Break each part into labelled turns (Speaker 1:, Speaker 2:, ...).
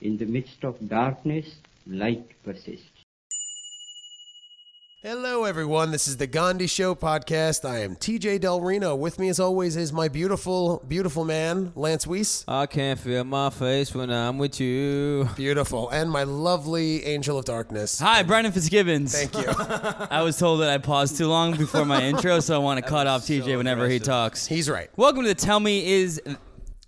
Speaker 1: In the midst of darkness, light persists.
Speaker 2: Hello, everyone. This is the Gandhi Show podcast. I am TJ Del Reno. With me, as always, is my beautiful, beautiful man, Lance Weiss.
Speaker 3: I can't feel my face when I'm with you.
Speaker 2: Beautiful. And my lovely angel of darkness.
Speaker 4: Hi, Brandon Fitzgibbons.
Speaker 2: Thank you.
Speaker 4: I was told that I paused too long before my intro, so I want to cut off TJ whenever he talks.
Speaker 2: He's right.
Speaker 4: Welcome to the Tell Me Is.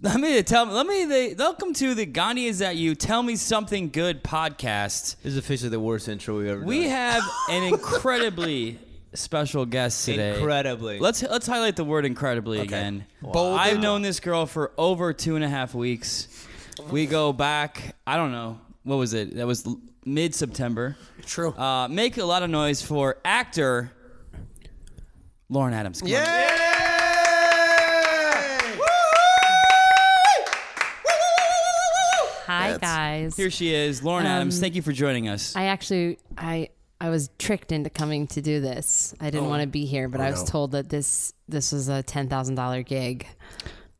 Speaker 4: Let me tell. Let me. The, welcome to the Gandhi is that you? Tell me something good podcast.
Speaker 3: This is officially the worst intro we've ever
Speaker 4: We
Speaker 3: done.
Speaker 4: have an incredibly special guest today.
Speaker 3: Incredibly.
Speaker 4: Let's let's highlight the word incredibly again.
Speaker 2: Bold
Speaker 4: I've
Speaker 2: and-
Speaker 4: known this girl for over two and a half weeks. We go back. I don't know what was it. That was mid September.
Speaker 2: True.
Speaker 4: Uh, make a lot of noise for actor Lauren Adams. Come on.
Speaker 2: yeah!
Speaker 5: Hi guys.
Speaker 4: Here she is, Lauren Adams. Thank you for joining us.
Speaker 5: I actually I I was tricked into coming to do this. I
Speaker 3: Oh.
Speaker 5: didn't want to be here, but I was
Speaker 2: no.
Speaker 5: told that this this was a ten thousand dollar gig.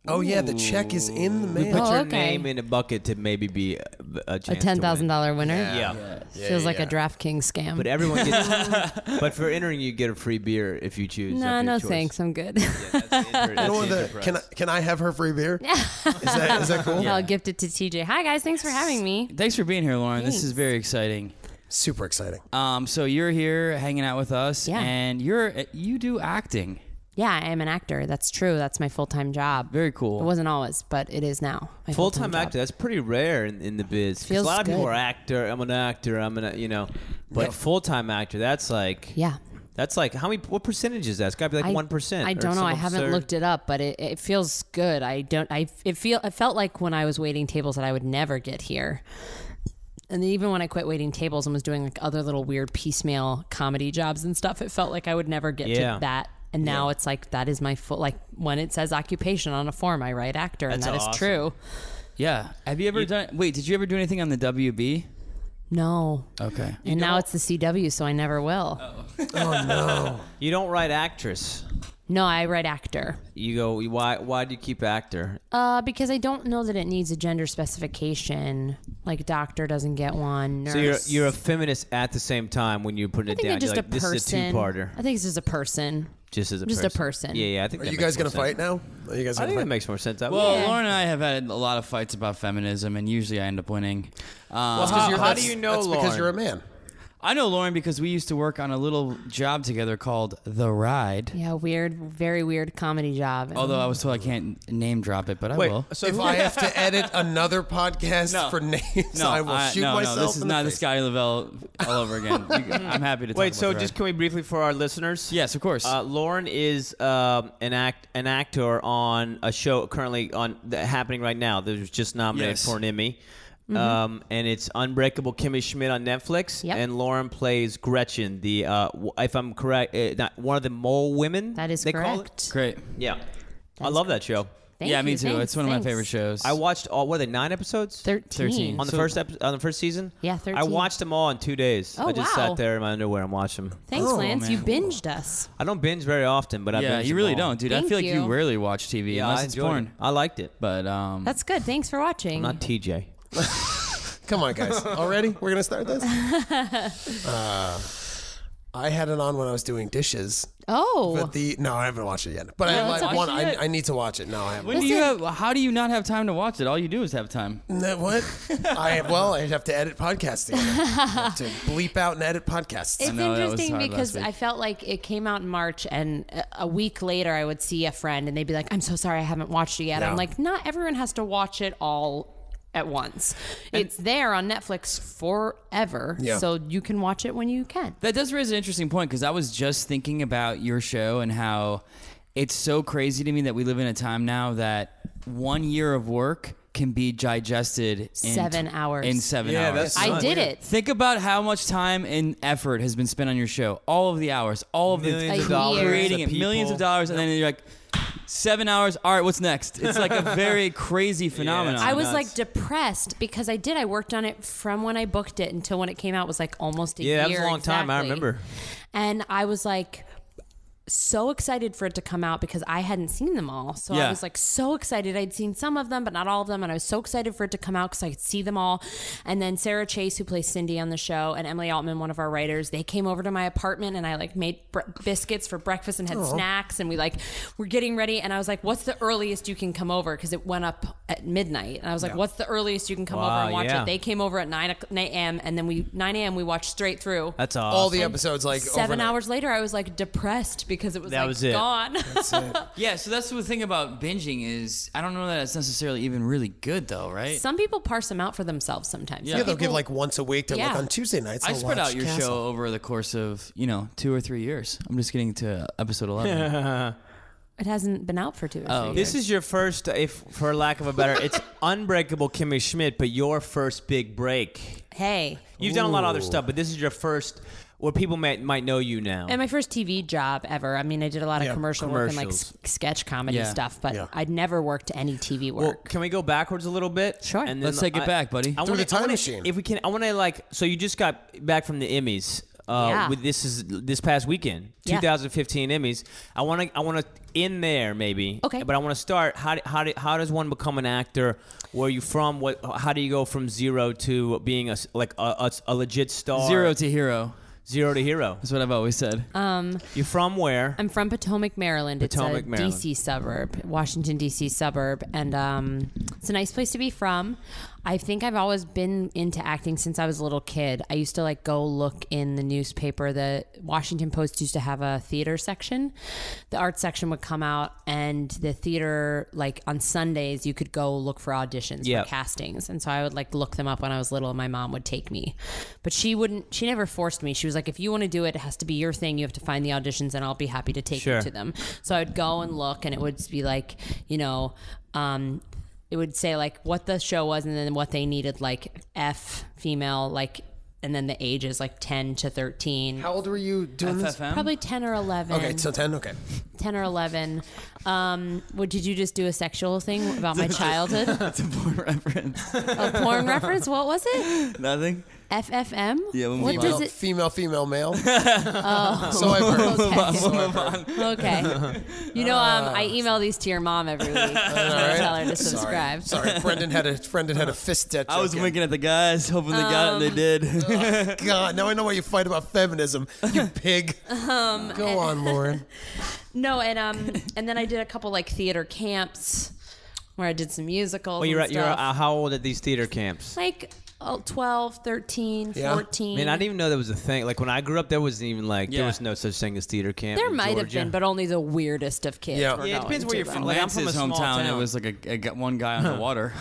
Speaker 2: Oh, yeah, the check is in the
Speaker 3: We
Speaker 2: mail.
Speaker 3: put
Speaker 5: Oh,
Speaker 3: your
Speaker 5: okay.
Speaker 3: name in a bucket to maybe be a, a chance
Speaker 5: A ten thousand
Speaker 3: to
Speaker 5: dollar winner.
Speaker 3: win. Yeah.
Speaker 5: Feels
Speaker 2: yeah,
Speaker 5: like
Speaker 2: yeah.
Speaker 5: a DraftKings scam.
Speaker 3: But everyone gets. but for entering, you get a free beer if you choose.
Speaker 5: no,
Speaker 3: of your
Speaker 5: no
Speaker 3: choice.
Speaker 5: thanks. I'm good.
Speaker 3: That's the inter-
Speaker 2: You know
Speaker 3: that's
Speaker 2: what
Speaker 3: the
Speaker 2: the-
Speaker 3: enterprise.
Speaker 2: can, I, can I have her free beer? is, that, is that cool?
Speaker 5: I'll gift it to TJ. Hi guys, thanks for having me.
Speaker 4: Thanks for being here, Lauren. This is very exciting.
Speaker 2: Super exciting.
Speaker 4: Um, so you're here hanging out with us,
Speaker 5: Yeah.
Speaker 4: and you're you do acting.
Speaker 5: Yeah, I am an actor. That's true. That's my full time job.
Speaker 4: Very
Speaker 5: It
Speaker 4: cool.
Speaker 5: wasn't always, but it is now. my
Speaker 3: Full
Speaker 5: full-time
Speaker 3: time
Speaker 5: job.
Speaker 3: actor. That's pretty rare in, in the biz. 'cause
Speaker 5: Feels
Speaker 3: a lot of people
Speaker 5: good.
Speaker 3: are actor. I'm an actor. I'm an you know. But full time actor. That's like.
Speaker 5: Yeah.
Speaker 3: That's like how many? What percentage is that? It's got to be like
Speaker 5: I-
Speaker 3: one percent.
Speaker 5: I don't know. I haven't looked it up, but it, it feels good. I don't. I it feel. It felt like when I was waiting tables that I would never get here. And then even when I quit waiting tables and was doing like other little weird piecemeal comedy jobs and stuff, it felt like I would never get
Speaker 3: Yeah.
Speaker 5: to that. And now it's like that is my full. Like when it says occupation on a form, I write actor, and
Speaker 3: That's
Speaker 5: that is
Speaker 3: awesome.
Speaker 5: true.
Speaker 4: Yeah. Have you ever done? Wait, did you ever do anything on the WB?
Speaker 5: No.
Speaker 4: Okay.
Speaker 5: and now it's the CW, so I never will.
Speaker 3: Oh. You don't write actress.
Speaker 5: No, I write actor.
Speaker 3: You go. Why? Why do you keep actor?
Speaker 5: Uh, because I don't know that it needs a gender specification. Like doctor doesn't get one. Nurse.
Speaker 3: So you're you're a feminist at the same time when you put
Speaker 5: I
Speaker 3: it
Speaker 5: think
Speaker 3: down.
Speaker 5: it's just
Speaker 3: you're like,
Speaker 5: a
Speaker 3: this
Speaker 5: person.
Speaker 3: is a two-parter.
Speaker 5: I think it's just a person.
Speaker 3: Just as a
Speaker 5: just a
Speaker 3: person.
Speaker 5: person.
Speaker 3: Yeah, yeah. I think.
Speaker 2: Are
Speaker 3: that
Speaker 2: you guys
Speaker 3: makes
Speaker 2: going
Speaker 3: more
Speaker 2: to fight
Speaker 3: sense.
Speaker 2: now? Are you guys
Speaker 3: I
Speaker 2: going to
Speaker 3: think that
Speaker 2: fight?
Speaker 3: makes more sense. I
Speaker 4: Well,
Speaker 5: Yeah.
Speaker 4: Lauren and I have had a lot of fights about feminism, and usually I end up winning. Um,
Speaker 3: how,
Speaker 2: You're-
Speaker 3: how do
Speaker 2: that's-
Speaker 3: you know
Speaker 2: That's
Speaker 3: Lauren?
Speaker 2: because you're a man.
Speaker 4: I know Lauren because we used to work on a little job together called The Ride.
Speaker 5: Yeah, weird, very weird comedy job. And
Speaker 4: Although I was told I can't name drop it, but I
Speaker 3: Wait,
Speaker 4: will.
Speaker 3: so
Speaker 2: if
Speaker 3: who-
Speaker 2: I have to edit another podcast
Speaker 4: No.
Speaker 2: for names,
Speaker 4: No,
Speaker 2: I will shoot
Speaker 4: no,
Speaker 2: myself.
Speaker 4: No, this is
Speaker 2: in the
Speaker 4: not the
Speaker 2: face.
Speaker 4: Sky Lavelle all over again. You- I'm happy to. Talk
Speaker 3: Wait,
Speaker 4: about
Speaker 3: so
Speaker 4: The
Speaker 3: just
Speaker 4: Ride.
Speaker 3: can we briefly for our listeners?
Speaker 4: yes, of course.
Speaker 3: Uh, Lauren is um, an act an actor on a show currently on that happening right now. That was just nominated
Speaker 4: Yes.
Speaker 3: for an Emmy. Um, and it's Unbreakable Kimmy Schmidt on Netflix,
Speaker 5: Mm-hmm. Yep.
Speaker 3: and Lauren plays Gretchen, the uh, w- if I'm correct, uh, not, one of the mole women.
Speaker 5: that is
Speaker 3: they call
Speaker 5: correct.
Speaker 3: it?
Speaker 4: Great.
Speaker 3: Yeah, I love that show.
Speaker 5: Thank
Speaker 4: yeah, me
Speaker 5: you,
Speaker 4: too.
Speaker 5: thanks,
Speaker 4: it's one of
Speaker 5: thanks.
Speaker 4: my favorite shows.
Speaker 3: I watched all. What are they? Nine episodes.
Speaker 5: Thirteen.
Speaker 4: 13.
Speaker 3: on the first epi- on the first season.
Speaker 5: Yeah,
Speaker 3: I
Speaker 5: 13.
Speaker 3: watched them all in two days.
Speaker 5: Oh,
Speaker 3: I just
Speaker 5: wow.
Speaker 3: sat there in my underwear and watched them.
Speaker 5: Thanks,
Speaker 4: Oh,
Speaker 5: Lance. You
Speaker 4: man.
Speaker 5: binged us.
Speaker 3: I don't binge very often, but I
Speaker 4: yeah,
Speaker 3: binge
Speaker 4: you
Speaker 3: them
Speaker 4: really
Speaker 3: all.
Speaker 4: don't, dude. I
Speaker 5: Thank
Speaker 4: feel like you
Speaker 5: you.
Speaker 4: rarely watch TV
Speaker 3: Yeah,
Speaker 4: unless
Speaker 3: I
Speaker 4: it's
Speaker 3: enjoyed
Speaker 4: porn.
Speaker 3: It. I liked it.
Speaker 4: But um,
Speaker 5: That's good. Thanks for watching.
Speaker 3: Not TJ.
Speaker 2: Come on, guys. Already? We're going to start this? Uh, I had it on when I was doing dishes.
Speaker 5: oh,
Speaker 2: But the no, I haven't watched it yet. But
Speaker 5: Yeah,
Speaker 2: I
Speaker 5: let's
Speaker 2: like
Speaker 5: watch
Speaker 2: one.
Speaker 5: it
Speaker 2: I,
Speaker 5: yet.
Speaker 2: I need to watch it. No, I haven't.
Speaker 4: when do you
Speaker 5: Listen.
Speaker 4: have? How do you not have time to watch it? All you do is have time.
Speaker 2: No, What? I well, I'd have to edit podcasts together. I have to bleep out and edit podcasts.
Speaker 5: it's
Speaker 4: know, that was
Speaker 5: interesting
Speaker 4: hard
Speaker 5: because
Speaker 4: last week.
Speaker 5: I felt like it came out in March, and a- a week later I would see a friend, and they'd be like, "I'm so sorry, I haven't watched it yet."
Speaker 2: Yeah.
Speaker 5: I'm like, not everyone has to watch it all at once. it's there on Netflix forever,
Speaker 2: Yeah.
Speaker 5: so you can watch it when you can.
Speaker 4: That does raise an interesting point because I was just thinking about your show and how it's so crazy to me that we live in a time now that one year of work can be digested in
Speaker 5: Seven hours.
Speaker 4: In seven
Speaker 2: Yeah,
Speaker 4: hours.
Speaker 2: that's
Speaker 5: I
Speaker 2: Not
Speaker 5: did
Speaker 2: weird.
Speaker 5: it.
Speaker 4: Think about how much time and effort has been spent on your show. All of the hours, all of the
Speaker 3: Millions
Speaker 5: of A dollars, year.
Speaker 4: creating
Speaker 3: the
Speaker 4: it, millions
Speaker 3: people.
Speaker 4: of dollars, and then you're like, seven hours. All right, what's next? It's like a very crazy phenomenon.
Speaker 5: I was
Speaker 3: nuts.
Speaker 5: like depressed because I did. I worked on it from when I booked it until when it came out was like almost a
Speaker 3: Yeah, that was
Speaker 5: year.
Speaker 3: a long time. I
Speaker 5: exactly.
Speaker 3: remember.
Speaker 5: And I was like, so excited for it to come out because I hadn't seen them all. So
Speaker 4: Yeah.
Speaker 5: I was like so excited. I'd seen some of them, but not all of them. And I was so excited for it to come out because I could see them all. And then Sarah Chase, who plays Cindy on the show, and Emily Altman, one of our writers, they came over to my apartment and I like made br- biscuits for breakfast and had snacks. And we like were getting ready. And I was like, what's the earliest you can come over? Because it went up at midnight. And I was like, what's the earliest you can come over
Speaker 3: Wow,
Speaker 5: and watch
Speaker 3: yeah.
Speaker 5: it? They came over at 9 o'clock- 9 a.m. And then we, 9 a.m., we watched straight through.
Speaker 3: That's awesome.
Speaker 2: All the episodes like
Speaker 5: Seven
Speaker 2: overnight.
Speaker 5: hours later, I was like depressed because it was
Speaker 3: That
Speaker 5: like
Speaker 3: was it.
Speaker 5: gone.
Speaker 4: Yeah, so that's the thing about binging is I don't know that it's necessarily even really good though, right?
Speaker 5: Some people parse them out for themselves sometimes.
Speaker 4: Yeah.
Speaker 2: Yeah,
Speaker 5: Some
Speaker 2: they'll give
Speaker 5: people-
Speaker 2: like once a week to
Speaker 5: Yeah.
Speaker 2: like on Tuesday nights.
Speaker 4: I
Speaker 2: they'll
Speaker 4: spread
Speaker 2: watch
Speaker 4: out your
Speaker 2: Castle.
Speaker 4: show over the course of you know two or three years. I'm just getting to episode eleven.
Speaker 5: it hasn't been out for two. Or three years.
Speaker 3: This is your first, if for lack of a better, it's Unbreakable Kimmy Schmidt, but your first big break.
Speaker 5: hey,
Speaker 3: You've done a lot of other stuff, but this is your first where people might might know you now.
Speaker 5: and my first TV job ever. I mean, I did a lot of
Speaker 2: Yeah,
Speaker 5: commercial work and like s-
Speaker 3: commercials.
Speaker 5: sketch comedy
Speaker 4: Yeah.
Speaker 5: stuff, but
Speaker 2: Yeah.
Speaker 5: I'd never worked any TV
Speaker 3: well,
Speaker 5: work.
Speaker 3: can we go backwards a little bit?
Speaker 5: Sure.
Speaker 3: And
Speaker 4: Let's take it back, buddy.
Speaker 3: I
Speaker 4: Through
Speaker 3: wanna-
Speaker 2: the time
Speaker 3: I wanna-
Speaker 2: machine.
Speaker 3: If we can, I want to like. So you just got back from the Emmys. Uh,
Speaker 5: Yeah.
Speaker 3: With this is this past weekend,
Speaker 5: Yeah.
Speaker 3: 2015 Emmys. I want to I want to in there maybe.
Speaker 5: Okay.
Speaker 3: But I want to start. How do, how do, how does one become an actor? Where are you from? What how do you go from zero to being a s- like a, a s- a legit star?
Speaker 4: Zero to hero.
Speaker 3: zero to hero.
Speaker 4: That's what I've always said.
Speaker 3: You're from where?
Speaker 5: I'm from Potomac, Maryland.
Speaker 3: Potomac,
Speaker 5: it's a
Speaker 3: Maryland.
Speaker 5: DC suburb, Washington DC suburb, and um, it's a nice place to be from. I think I've always been into acting since I was a little kid. I used to like go look in the newspaper. The Washington Post used to have a theater section. The art section would come out, and the theater like on Sundays you could go look for auditions
Speaker 3: Yeah.
Speaker 5: for castings, and so I would like look them up when I was little, and my mom would take me, but she wouldn't. She never forced me. She was like, if you want to do it, it has to be your thing. You have to find the auditions, and I'll be happy to take
Speaker 3: Sure.
Speaker 5: you to them. So I'd go and look, and it would be like, you know, um, it would say like what the show was, and then what they needed, like F female, like, and then the ages like ten to thirteen,
Speaker 2: How old were you doing this?
Speaker 4: FFM?
Speaker 5: probably ten or eleven.
Speaker 2: Okay, so ten. Okay,
Speaker 5: 10 or 11 um what did you just do a sexual thing about my childhood
Speaker 4: That's a porn reference.
Speaker 5: a porn reference what was it
Speaker 4: Nothing.
Speaker 5: ffm
Speaker 4: Yeah, we'll
Speaker 5: what
Speaker 4: move
Speaker 5: does
Speaker 2: Well,
Speaker 5: it Oh.
Speaker 2: female, female, male. So I've heard.
Speaker 5: okay.
Speaker 2: So I've heard.
Speaker 5: Okay. You know, um, I email these to your mom every week.
Speaker 2: right.
Speaker 5: Tell her to subscribe.
Speaker 2: Sorry, Sorry. Brendan had a Brendan had a fist debt.
Speaker 4: I was winking at the guys, hoping they got it, and they did.
Speaker 2: God, now I know why you fight about feminism, you pig.
Speaker 5: Um,
Speaker 2: Go on, Lauren.
Speaker 5: No, and um, and then I did a couple like theater camps where I did some musicals.
Speaker 3: Well, you're
Speaker 5: and
Speaker 3: you're
Speaker 5: stuff.
Speaker 3: uh, how old at these theater camps?
Speaker 5: like oh, 12, 13,
Speaker 2: Yeah.
Speaker 5: 14.
Speaker 3: Man, I didn't even know that was a thing. Like when I grew up, there wasn't even like there
Speaker 4: Yeah.
Speaker 3: was no such thing as theater camp.
Speaker 5: there
Speaker 3: in
Speaker 5: might have
Speaker 3: Georgia.
Speaker 5: been, but only the weirdest of kids.
Speaker 2: Yeah.
Speaker 5: were
Speaker 3: Yeah, it
Speaker 5: going
Speaker 3: depends where
Speaker 5: to
Speaker 3: you're
Speaker 5: them.
Speaker 3: from. Like, I'm from
Speaker 4: Lance's
Speaker 3: a small
Speaker 4: hometown, it
Speaker 3: town.
Speaker 4: was like a, a gu- one guy on the water.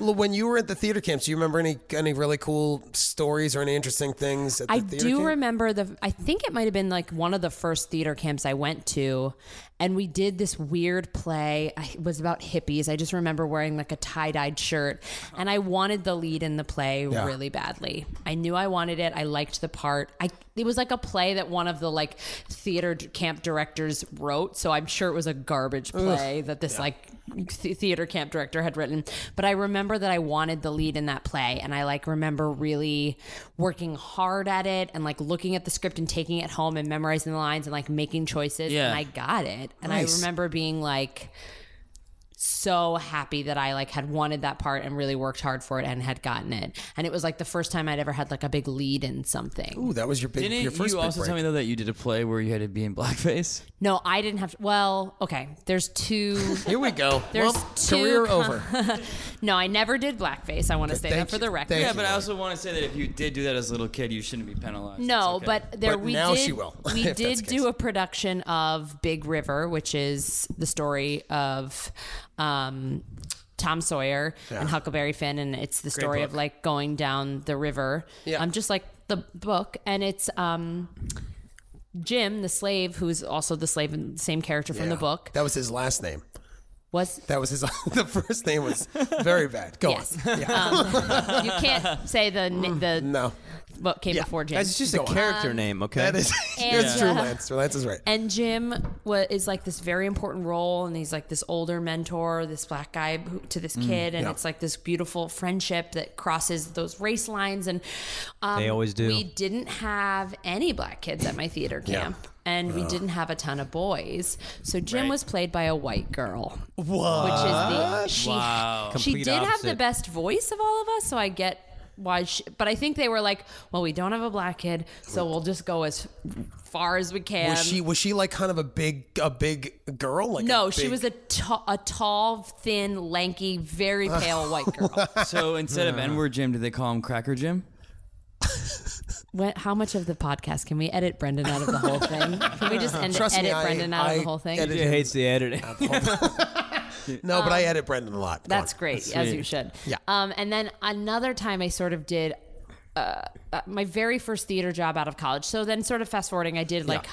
Speaker 2: Well, When you were at the theater camps, do you remember any any really cool stories or any interesting things at the
Speaker 5: I
Speaker 2: theater
Speaker 5: do
Speaker 2: camp?
Speaker 5: remember the. I think it might have been like one of the first theater camps I went to, and we did this weird play. I, it was about hippies. I just remember wearing like a tie dyed shirt, and I wanted the lead in the play
Speaker 2: Yeah.
Speaker 5: really badly. I knew I wanted it. I liked the part. I it was like a play that one of the like theater d- camp directors wrote, so I'm sure it was a garbage play that this like th- theater camp director had written. But I remember that I wanted the lead in that play, and I like remember really working hard at it and like looking at the script and taking it home and memorizing the lines and like making choices.
Speaker 4: Yeah.
Speaker 5: And I got it, and
Speaker 2: Nice.
Speaker 5: I remember being like so happy that I like had wanted that part and really worked hard for it and had gotten it. And it was like the first time I'd ever had like a big lead in something.
Speaker 2: Ooh, that was your big your
Speaker 4: Didn't
Speaker 2: first
Speaker 4: you
Speaker 2: big
Speaker 4: also
Speaker 2: break.
Speaker 4: tell me though that you did a play where you had to be in blackface?
Speaker 5: No, I didn't have to. Well, okay. There's two.
Speaker 2: Here we go.
Speaker 5: There's
Speaker 2: well,
Speaker 5: two
Speaker 2: career
Speaker 5: con-
Speaker 2: over.
Speaker 5: no, I never did blackface. I want to say
Speaker 2: thank
Speaker 5: that for
Speaker 2: you.
Speaker 5: the record.
Speaker 2: Thank
Speaker 4: Yeah,
Speaker 2: you,
Speaker 4: but I
Speaker 2: Lauren.
Speaker 4: also want to say that if you did do that as a little kid, you shouldn't be penalized. It's
Speaker 5: No,
Speaker 4: okay.
Speaker 5: but there
Speaker 2: But
Speaker 5: we
Speaker 2: now
Speaker 5: did.
Speaker 2: she will, if
Speaker 5: we
Speaker 2: that's
Speaker 5: did
Speaker 2: the
Speaker 5: do
Speaker 2: case.
Speaker 5: a production of Big River, which is the story of. Um, Tom Sawyer and Huckleberry Finn, and it's the story of
Speaker 2: book.
Speaker 5: like going down the river.
Speaker 2: Yeah.
Speaker 5: I'm just like the book, and it's um, Jim, the slave, who's also the slave, and same character from
Speaker 2: Yeah.
Speaker 5: the book,
Speaker 2: That was his last name.
Speaker 5: was
Speaker 2: That was his. the first name was very bad. Go
Speaker 5: Yes. Um,
Speaker 2: on. Yeah.
Speaker 5: you can't say the ni- the
Speaker 2: no,
Speaker 5: what came
Speaker 2: Yeah.
Speaker 5: before Jim.
Speaker 3: That's just a
Speaker 2: Go on.
Speaker 3: character
Speaker 5: Um,
Speaker 3: name, okay?
Speaker 2: that is
Speaker 5: and,
Speaker 2: that's true.
Speaker 5: uh,
Speaker 2: Lance. Lance is right.
Speaker 5: and Jim wa is like this very important role, and he's like this older mentor, this black guy who- to this kid, and
Speaker 2: Mm. yeah.
Speaker 5: it's like this beautiful friendship that crosses those race lines. And um,
Speaker 3: They always do.
Speaker 5: We didn't have any black kids at my theater camp. and we didn't have a ton of boys. So Jim
Speaker 3: Right.
Speaker 5: was played by a white girl,
Speaker 2: What?
Speaker 5: which is the she.
Speaker 4: Wow.
Speaker 5: She
Speaker 3: Complete
Speaker 5: did have the
Speaker 3: opposite.
Speaker 5: best voice of all of us, so I get why. She, but I think they were like, well, we don't have a black kid, so we'll just go as far as we can.
Speaker 2: was she was she like kind of a big a big girl? Like
Speaker 5: no,
Speaker 2: a
Speaker 5: she
Speaker 2: big-
Speaker 5: was a ta- a tall, thin, lanky, very pale white girl.
Speaker 4: So instead of N word Jim, do they call him Cracker Jim?
Speaker 5: What, how much of the podcast can we edit Brendan out of the whole thing? Can we just end,
Speaker 2: Trust me,
Speaker 5: edit
Speaker 2: I-
Speaker 5: Brendan out of
Speaker 2: I
Speaker 5: the whole thing?
Speaker 2: edit-
Speaker 3: It hates the editing.
Speaker 2: no, but I edit Brendan a lot. Go
Speaker 5: Um, That's
Speaker 2: on.
Speaker 5: great, as you should.
Speaker 2: Yeah.
Speaker 5: Um, and then another time I sort of did. Uh, uh, my very first theater job out of college. So then, sort of fast forwarding, I did like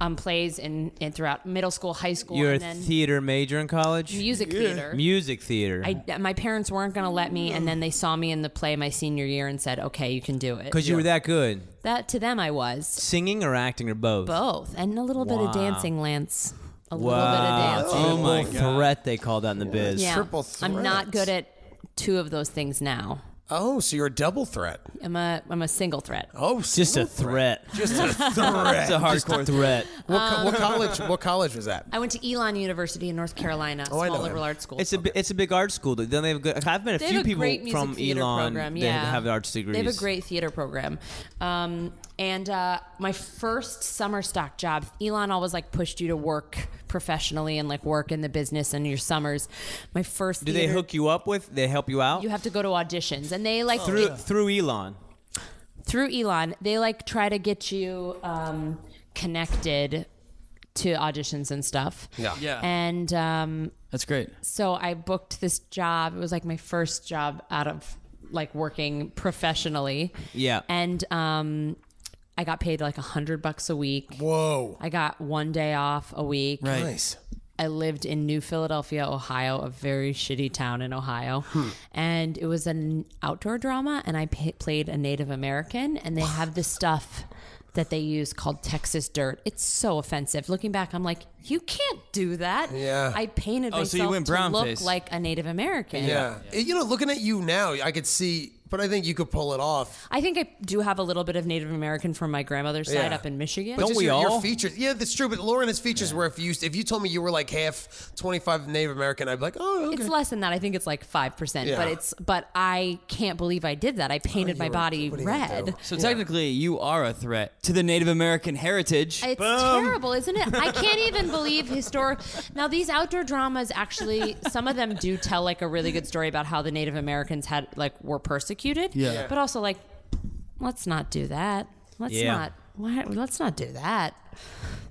Speaker 5: um, plays in, in throughout middle school, high school,
Speaker 3: You're a
Speaker 5: and then
Speaker 3: theater major in college.
Speaker 5: music theater.
Speaker 3: Music theater.
Speaker 5: I, my parents weren't going to let me, and then they saw me in the play my senior year and said, "Okay, you can do it."
Speaker 3: Because you were that good,
Speaker 5: That to them, I was
Speaker 3: singing or acting or both.
Speaker 5: both, and a little bit
Speaker 3: Wow.
Speaker 5: of dancing, Lance. A
Speaker 3: Wow.
Speaker 5: little bit of dancing.
Speaker 4: Oh my
Speaker 3: Triple
Speaker 4: God.
Speaker 3: Threat they call that in the biz.
Speaker 5: Yeah.
Speaker 2: Triple
Speaker 5: I'm not
Speaker 2: threat.
Speaker 5: good at two of those things now.
Speaker 2: Oh, so you're a double threat.
Speaker 5: I'm a I'm a single threat.
Speaker 2: Oh,
Speaker 3: Just a
Speaker 2: single
Speaker 3: threat.
Speaker 2: Just a threat.
Speaker 4: It's a
Speaker 3: Just a
Speaker 4: hardcore
Speaker 3: threat.
Speaker 2: what, co- what college? What college was that?
Speaker 5: I went to Elon University in North Carolina,
Speaker 3: Oh,
Speaker 2: I know
Speaker 5: small
Speaker 2: him.
Speaker 5: liberal arts school.
Speaker 3: It's a bi- it's a big art school. Then they have good. I've met a
Speaker 5: they
Speaker 3: few
Speaker 5: have a
Speaker 3: people
Speaker 5: great music
Speaker 3: from
Speaker 5: theater
Speaker 3: Elon
Speaker 5: program. Yeah,
Speaker 3: that have arts degrees.
Speaker 5: They have a great theater program. Um, and uh, my first summer stock job, Elon always like pushed you to work professionally and like work in the business and your summers. My first
Speaker 3: Do they
Speaker 5: theater,
Speaker 3: hook you up with? They help you out
Speaker 5: You have to go to auditions, and they like
Speaker 3: through through Elon.
Speaker 5: through Elon, they like try to get you um, connected to auditions and stuff.
Speaker 2: Yeah.
Speaker 4: Yeah.
Speaker 5: And um,
Speaker 4: That's great.
Speaker 5: so I booked this job. It was like my first job out of like working professionally.
Speaker 3: Yeah.
Speaker 5: And um, I got paid like a hundred bucks a week.
Speaker 2: Whoa.
Speaker 5: I got one day off a week.
Speaker 4: Right.
Speaker 2: Nice.
Speaker 5: I lived in New Philadelphia, Ohio, a very shitty town in Ohio.
Speaker 2: Hmm.
Speaker 5: And it was an outdoor drama, and I pa played a Native American, and they have this stuff that they use called Texas dirt. It's so offensive. Looking back, I'm like, you can't do that.
Speaker 2: Yeah.
Speaker 5: I painted
Speaker 4: Oh,
Speaker 5: myself
Speaker 4: so you went
Speaker 5: to look
Speaker 4: brownface.
Speaker 5: like a Native American.
Speaker 2: Yeah. You know, looking at you now, I could see, but I think you could pull it off.
Speaker 5: I think I do have a little bit of Native American from my grandmother's side
Speaker 2: Yeah.
Speaker 5: up in Michigan.
Speaker 2: But just
Speaker 3: we
Speaker 2: your, your
Speaker 3: all?
Speaker 2: features. Yeah, that's true. But Lauren has features where if you if you told me you were like half twenty five Native American, I'd be like, oh, okay.
Speaker 5: It's less than that. I think it's like five percent.
Speaker 2: Yeah.
Speaker 5: But it's but I can't believe I did that. I painted my
Speaker 2: you're-
Speaker 5: body
Speaker 2: what are you gonna
Speaker 5: red.
Speaker 2: do?
Speaker 4: So technically, you are a threat to the Native American heritage.
Speaker 5: It's terrible, isn't it? I can't even believe historic. Now these outdoor dramas actually, some of them do tell like a really good story about how the Native Americans had like were persecuted.
Speaker 4: Yeah. Yeah.
Speaker 5: But also like, let's not do that. Let's
Speaker 3: Yeah.
Speaker 5: not. Why, let's not do that.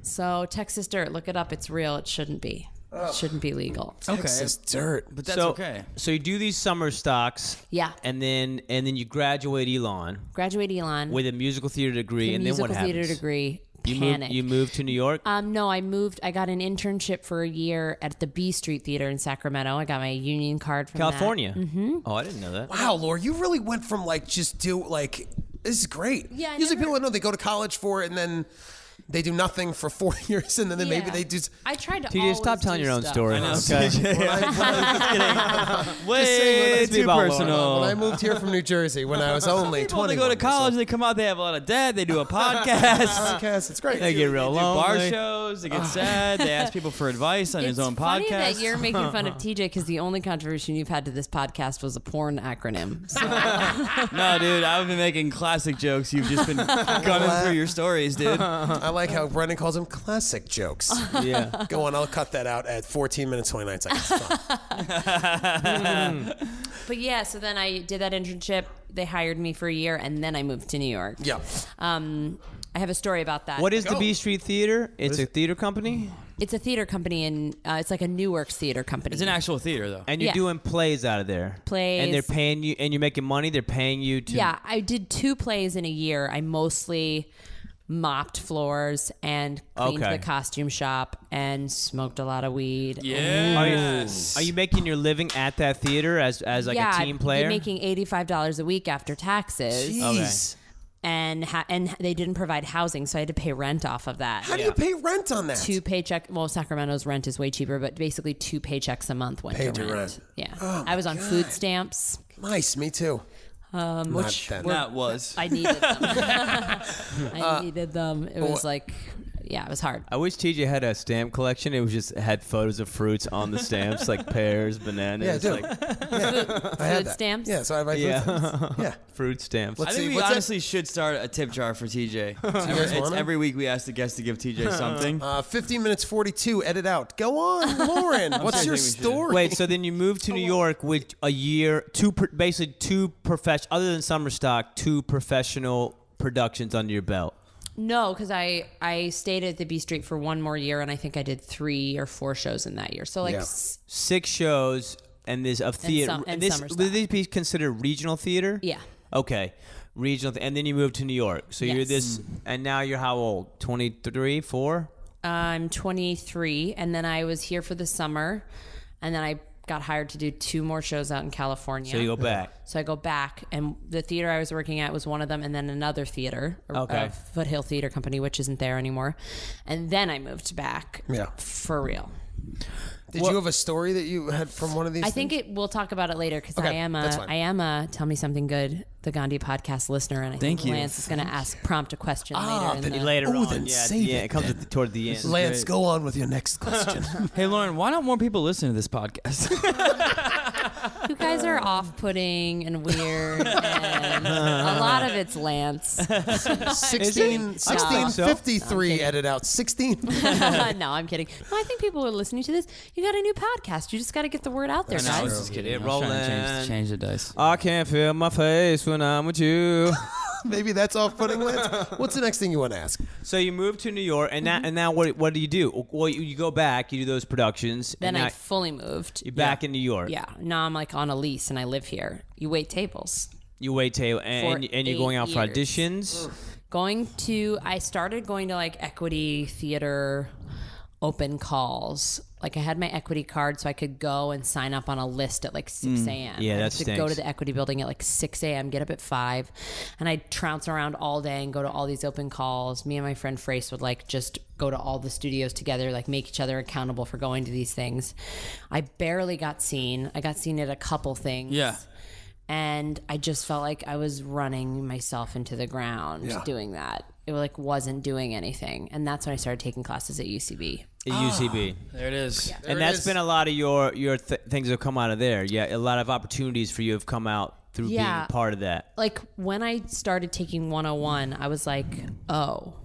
Speaker 5: So Texas dirt, look it up. It's real. It shouldn't be. It shouldn't be legal.
Speaker 2: Texas dirt.
Speaker 4: but that's
Speaker 3: so,
Speaker 4: okay.
Speaker 3: So you do these summer stocks.
Speaker 5: Yeah.
Speaker 3: And then and then you graduate Elon
Speaker 5: Graduate Elon
Speaker 3: with a musical theater degree, and
Speaker 5: musical
Speaker 3: then what happens?
Speaker 5: theater degree.
Speaker 3: You
Speaker 5: Panic.
Speaker 3: move, you move to New York.
Speaker 5: Um, no, I moved. I got an internship for a year at the B Street Theater in Sacramento. I got my union card from that.
Speaker 3: California. Mm-hmm. Oh, I didn't know that.
Speaker 2: Wow, Laura, you really went from like just do like this is great.
Speaker 5: Yeah, I
Speaker 2: Usually
Speaker 5: never-
Speaker 2: people don't know they go to college for it and then they do nothing for four years and then they, maybe
Speaker 5: Yeah.
Speaker 2: they just
Speaker 5: I tried to.
Speaker 3: TJ, stop
Speaker 5: always
Speaker 3: telling
Speaker 5: do
Speaker 3: your own
Speaker 5: stuff.
Speaker 3: story.
Speaker 4: Way
Speaker 3: be
Speaker 4: too
Speaker 3: about Laura.
Speaker 4: personal.
Speaker 2: when I moved here from New Jersey when I was only
Speaker 4: People
Speaker 2: twenty.
Speaker 4: they go to college, they come out, they have a lot of debt, they do a podcast.
Speaker 2: Podcast, it's great.
Speaker 3: They get real
Speaker 4: They do bar
Speaker 3: lonely.
Speaker 4: shows. They get sad. They ask people for advice on
Speaker 5: It's
Speaker 4: his own
Speaker 5: funny
Speaker 4: podcast.
Speaker 5: that you're making fun of TJ because the only contribution you've had to this podcast was a porn acronym. So
Speaker 4: no, dude, I've been making classic jokes. You've just been gunning through your stories, dude.
Speaker 2: I like how Brendan calls them classic jokes.
Speaker 3: yeah.
Speaker 2: Go on, I'll cut that out at 14 minutes 29 seconds. It's fine.
Speaker 5: but yeah, so then I did that internship. They hired me for a year, and then I moved to New York.
Speaker 2: yeah.
Speaker 5: Um, I have a story about that.
Speaker 3: What is the
Speaker 2: Go.
Speaker 3: B Street Theater? It's a theater company,
Speaker 5: It's a theater company, and uh, it's like a Newark's theater company.
Speaker 4: It's an actual theater, though.
Speaker 3: and you're
Speaker 5: Yeah.
Speaker 3: doing plays out of there.
Speaker 5: Plays.
Speaker 3: And they're paying you, and you're making money. They're paying you to.
Speaker 5: Yeah, I did two plays in a year. I mostly mopped floors and cleaned
Speaker 3: Okay.
Speaker 5: the costume shop and smoked a lot of weed.
Speaker 3: Are you,
Speaker 4: Yes.
Speaker 3: are you making your living at that theater as as like
Speaker 5: yeah,
Speaker 3: a team
Speaker 5: I'd be
Speaker 3: player?
Speaker 5: making eighty five dollars a week after taxes,
Speaker 2: Jeez.
Speaker 5: and ha- and they didn't provide housing, so I had to pay rent off of that.
Speaker 2: How do you pay rent on that?
Speaker 5: two paycheck. Well, Sacramento's rent is way cheaper, but basically two paychecks a month went
Speaker 2: Paid
Speaker 5: to
Speaker 2: your
Speaker 5: rent.
Speaker 2: rent.
Speaker 5: Yeah,
Speaker 2: Oh,
Speaker 5: I was on
Speaker 2: my
Speaker 5: food
Speaker 2: God.
Speaker 5: stamps.
Speaker 2: Nice, me too. Um, Not then.
Speaker 4: That was.
Speaker 2: Uh,
Speaker 5: I needed them. I needed them. It was like, yeah, it was hard.
Speaker 3: I wish TJ had a stamp collection. It was just had photos of fruits on the stamps, like pears,
Speaker 2: Yeah,
Speaker 3: bananas,
Speaker 2: dude.
Speaker 3: like
Speaker 2: I had
Speaker 5: Food
Speaker 2: that.
Speaker 5: stamps?
Speaker 2: Yeah, so I have my food
Speaker 3: Yeah.
Speaker 2: stamps. Yeah.
Speaker 3: fruit stamps.
Speaker 2: Let's
Speaker 4: I think
Speaker 2: see.
Speaker 4: we
Speaker 2: What's
Speaker 4: honestly should start a tip jar for TJ.
Speaker 2: guys
Speaker 4: it's
Speaker 2: want 'em?
Speaker 4: every week we ask the guest to give TJ something.
Speaker 2: that? Uh, 15 minutes 42. Edit out. Go on, Lauren. what's
Speaker 4: sure
Speaker 2: your
Speaker 4: I think we should.
Speaker 2: story?
Speaker 3: Wait, so then you moved to New York with a year, two pro- basically two profession other than summer stock, two professional productions under your belt.
Speaker 5: No, because I I stayed at the B Street for one more year, and I think I did three or four shows in that year. So like
Speaker 2: Yeah.
Speaker 5: s-
Speaker 3: Six shows and this of theater.
Speaker 5: some- and
Speaker 3: this
Speaker 5: summer stock.
Speaker 3: would these be considered regional theater?
Speaker 5: Yeah.
Speaker 3: Okay. Regional, th- and then you moved to New York. So you're
Speaker 5: Yes.
Speaker 3: this, and now you're how old? 23, 4?
Speaker 5: I'm 23, and then I was here for the summer, and then I got hired to do two more shows out in California.
Speaker 3: So you go back.
Speaker 5: So I go back, and the theater I was working at was one of them, and then another theater, a-
Speaker 3: Okay.
Speaker 5: a Foothill Theater Company, which isn't there anymore. And then I moved back.
Speaker 2: Yeah.
Speaker 5: for real.
Speaker 2: Did you have a story that you had from one of these?
Speaker 5: I think it. We'll talk about it later because I
Speaker 2: Okay,
Speaker 5: am
Speaker 2: that's
Speaker 5: a
Speaker 2: fine.
Speaker 5: I am a tell me something good the Gandhi podcast listener, and I
Speaker 4: Thank
Speaker 5: think
Speaker 4: you.
Speaker 5: Lance is going to ask prompt a question
Speaker 2: Ah,
Speaker 5: later. in
Speaker 2: then
Speaker 5: the-
Speaker 3: Later
Speaker 4: Oh,
Speaker 2: Ooh,
Speaker 3: on,
Speaker 2: then
Speaker 3: yeah,
Speaker 2: save
Speaker 3: yeah,
Speaker 2: it
Speaker 3: it comes at the, toward the end.
Speaker 2: Lance, go on with your next question.
Speaker 4: hey Lauren, why don't more people listen to this podcast?
Speaker 5: you guys are off-putting and weird, and a lot of it's Lance.
Speaker 2: 16,
Speaker 5: I don't think
Speaker 2: 16
Speaker 3: so.
Speaker 2: 53 edit out. 16.
Speaker 5: no, I'm kidding. No, I think people who are listening to this. You got a new podcast. You just got to get the word out there,
Speaker 4: I was
Speaker 5: guys.
Speaker 4: just kidding.
Speaker 3: Get
Speaker 4: I was trying to change,
Speaker 3: rolling.
Speaker 4: change the dice.
Speaker 3: I can't feel my face when I'm with you.
Speaker 2: Maybe that's off putting, Lance. What's the next thing you want to ask?
Speaker 3: so you moved to New York, and
Speaker 5: Mm-hmm.
Speaker 3: now and now what? What do you do? Well, you, you go back, you do those productions,
Speaker 5: Then
Speaker 3: and
Speaker 5: I
Speaker 3: now
Speaker 5: fully moved.
Speaker 3: you're back in New York.
Speaker 5: Yeah, now I'm like on a lease and I live here. You wait tables.
Speaker 3: You wait till and,
Speaker 5: For
Speaker 3: and you're
Speaker 5: eight
Speaker 3: going out for
Speaker 5: years.
Speaker 3: auditions.
Speaker 5: going to i started going to like equity theater open calls like i had my equity card so i could go and sign up on a list at like 6 a.m
Speaker 3: Hmm. Yeah,
Speaker 5: I
Speaker 3: that
Speaker 5: used to go
Speaker 3: stinks.
Speaker 5: to the equity building at like 6 a.m get up at 5 and i'd trounce around all day and go to all these open calls me and my friend Frace would like just go to all the studios together like make each other accountable for going to these things i barely got seen i got seen at a couple things
Speaker 4: Yeah.
Speaker 5: and I just felt like I was running myself into the ground
Speaker 2: Yeah.
Speaker 5: doing that. It like wasn't doing anything, and that's when I started taking classes at UCB.
Speaker 3: At UCB,
Speaker 5: Ah,
Speaker 4: There it is.
Speaker 3: and
Speaker 2: it
Speaker 3: that's
Speaker 2: is.
Speaker 3: been a lot of your your th- things have come out of there. Yeah, a lot of opportunities for you have come out through
Speaker 5: Yeah.
Speaker 3: being part of that.
Speaker 5: Like when I started taking 101, I was like, oh,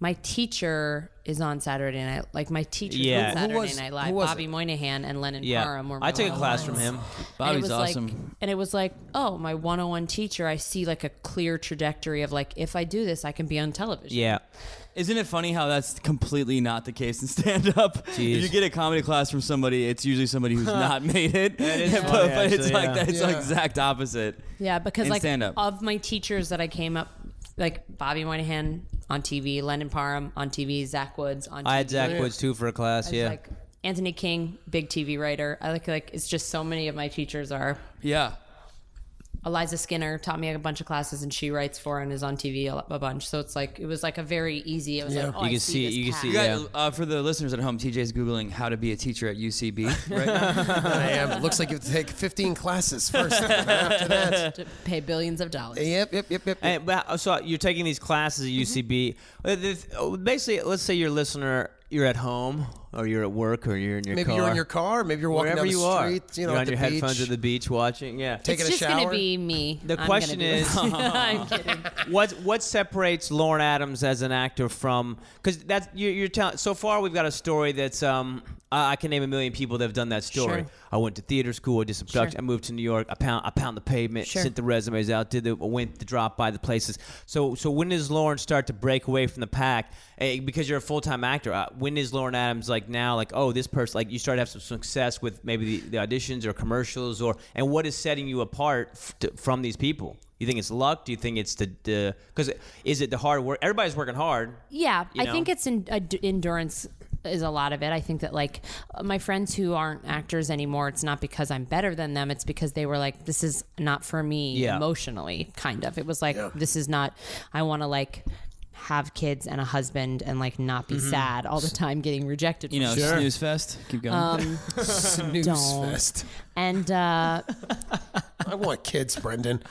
Speaker 5: my teacher is on Saturday night. Like my teacher
Speaker 3: Yeah.
Speaker 5: on
Speaker 3: Who
Speaker 5: Saturday
Speaker 2: was-
Speaker 5: Night
Speaker 2: who
Speaker 5: Live,
Speaker 2: was
Speaker 5: Bobby
Speaker 2: it?
Speaker 5: Moynihan and Lennon
Speaker 3: Yeah,
Speaker 5: Parham. Were my
Speaker 3: I took a class
Speaker 5: 101s.
Speaker 3: from him.
Speaker 5: And it
Speaker 4: Bobby's
Speaker 5: was Like,
Speaker 4: awesome.
Speaker 5: and it was like, oh, my 101 teacher, I see like a clear trajectory of like, if I do this, I can be on television.
Speaker 3: Yeah,
Speaker 4: Isn't it funny how that's completely not the case in stand up? If you get a comedy class from somebody, it's usually somebody who's not made it.
Speaker 3: is
Speaker 4: but
Speaker 3: funny,
Speaker 4: but it's
Speaker 3: actually,
Speaker 4: like
Speaker 3: yeah.
Speaker 4: that, it's
Speaker 2: Yeah.
Speaker 4: the exact opposite.
Speaker 5: Yeah, because
Speaker 4: In
Speaker 5: like
Speaker 4: stand-up.
Speaker 5: of my teachers that I came up, like Bobby Moynihan on TV, Lennon Parham on TV, Zach Woods on TV.
Speaker 3: I had Zach Woods too for a class. Yeah,
Speaker 5: Like Anthony King, big TV writer. I like like it's just so many of my teachers are.
Speaker 4: Yeah.
Speaker 5: Eliza Skinner taught me a bunch of classes, and she writes for and is on TV a, a bunch. So it's like it was like a very easy. It was like oh,
Speaker 3: You
Speaker 5: I
Speaker 3: can see it,
Speaker 5: this
Speaker 3: you can see
Speaker 5: path.
Speaker 4: You
Speaker 3: it.
Speaker 4: got,
Speaker 3: Yeah.
Speaker 4: uh, for the listeners at home, TJ's Googling how to be a teacher at UCB right
Speaker 2: I am. It looks like you have to take 15 classes first. and then after that.
Speaker 5: to pay billions of dollars.
Speaker 2: Yep, yep, yep, yep.
Speaker 3: And, but, uh, so you're taking these classes at
Speaker 5: Mm-hmm.
Speaker 3: UCB. Uh, this- oh, Basically, let's say you're a listener, you're at home, or you're at work, or you're in your
Speaker 2: maybe
Speaker 3: car.
Speaker 2: you're in your car. Maybe you're walking
Speaker 3: wherever
Speaker 2: down the
Speaker 3: you are.
Speaker 2: street. You know,
Speaker 3: are
Speaker 2: at
Speaker 3: on
Speaker 2: the
Speaker 3: your
Speaker 2: beach.
Speaker 3: headphones at the beach watching. Yeah.
Speaker 2: taking
Speaker 5: it's
Speaker 2: a
Speaker 5: just
Speaker 2: shower.
Speaker 5: gonna be me.
Speaker 3: The
Speaker 5: I'm
Speaker 3: question
Speaker 5: gonna do
Speaker 3: is-
Speaker 5: this. I'm kidding.
Speaker 3: what what separates Lauren Adams as an actor from because that's you, you're telling so far we've got a story that's um I, I can name a million people that have done that story.
Speaker 5: Sure.
Speaker 3: I went to theater school, I did some production, I moved to New York, I pound I pound the pavement,
Speaker 5: Sure.
Speaker 3: sent the resumes out, did the went the drop by the places. So so when does Lauren start to break away from the pack? Eh, because you're a full time actor, uh, when is Lauren Adams like now like oh this person like you start to have some success with maybe the, the auditions or commercials or and what is setting you apart f- to, from these people? You think it's luck? Do you think it's the because is it the hard work? Everybody's working hard.
Speaker 5: Yeah,
Speaker 3: you
Speaker 5: I
Speaker 3: know?
Speaker 5: think it's en- uh, d- endurance is a lot of it. I think that like uh, my friends who aren't actors anymore, it's not because I'm better than them. It's because they were like, this is not for me
Speaker 3: Yeah.
Speaker 5: emotionally. Kind of. It was like this is not. I want to like have kids and a husband and like not be sad all the time getting rejected.
Speaker 4: You
Speaker 5: from
Speaker 4: know,
Speaker 5: shit.
Speaker 4: snooze fest. Keep going.
Speaker 5: Um,
Speaker 2: Snooze
Speaker 5: Don't.
Speaker 2: fest.
Speaker 5: and uh,
Speaker 2: I want kids, Brendan.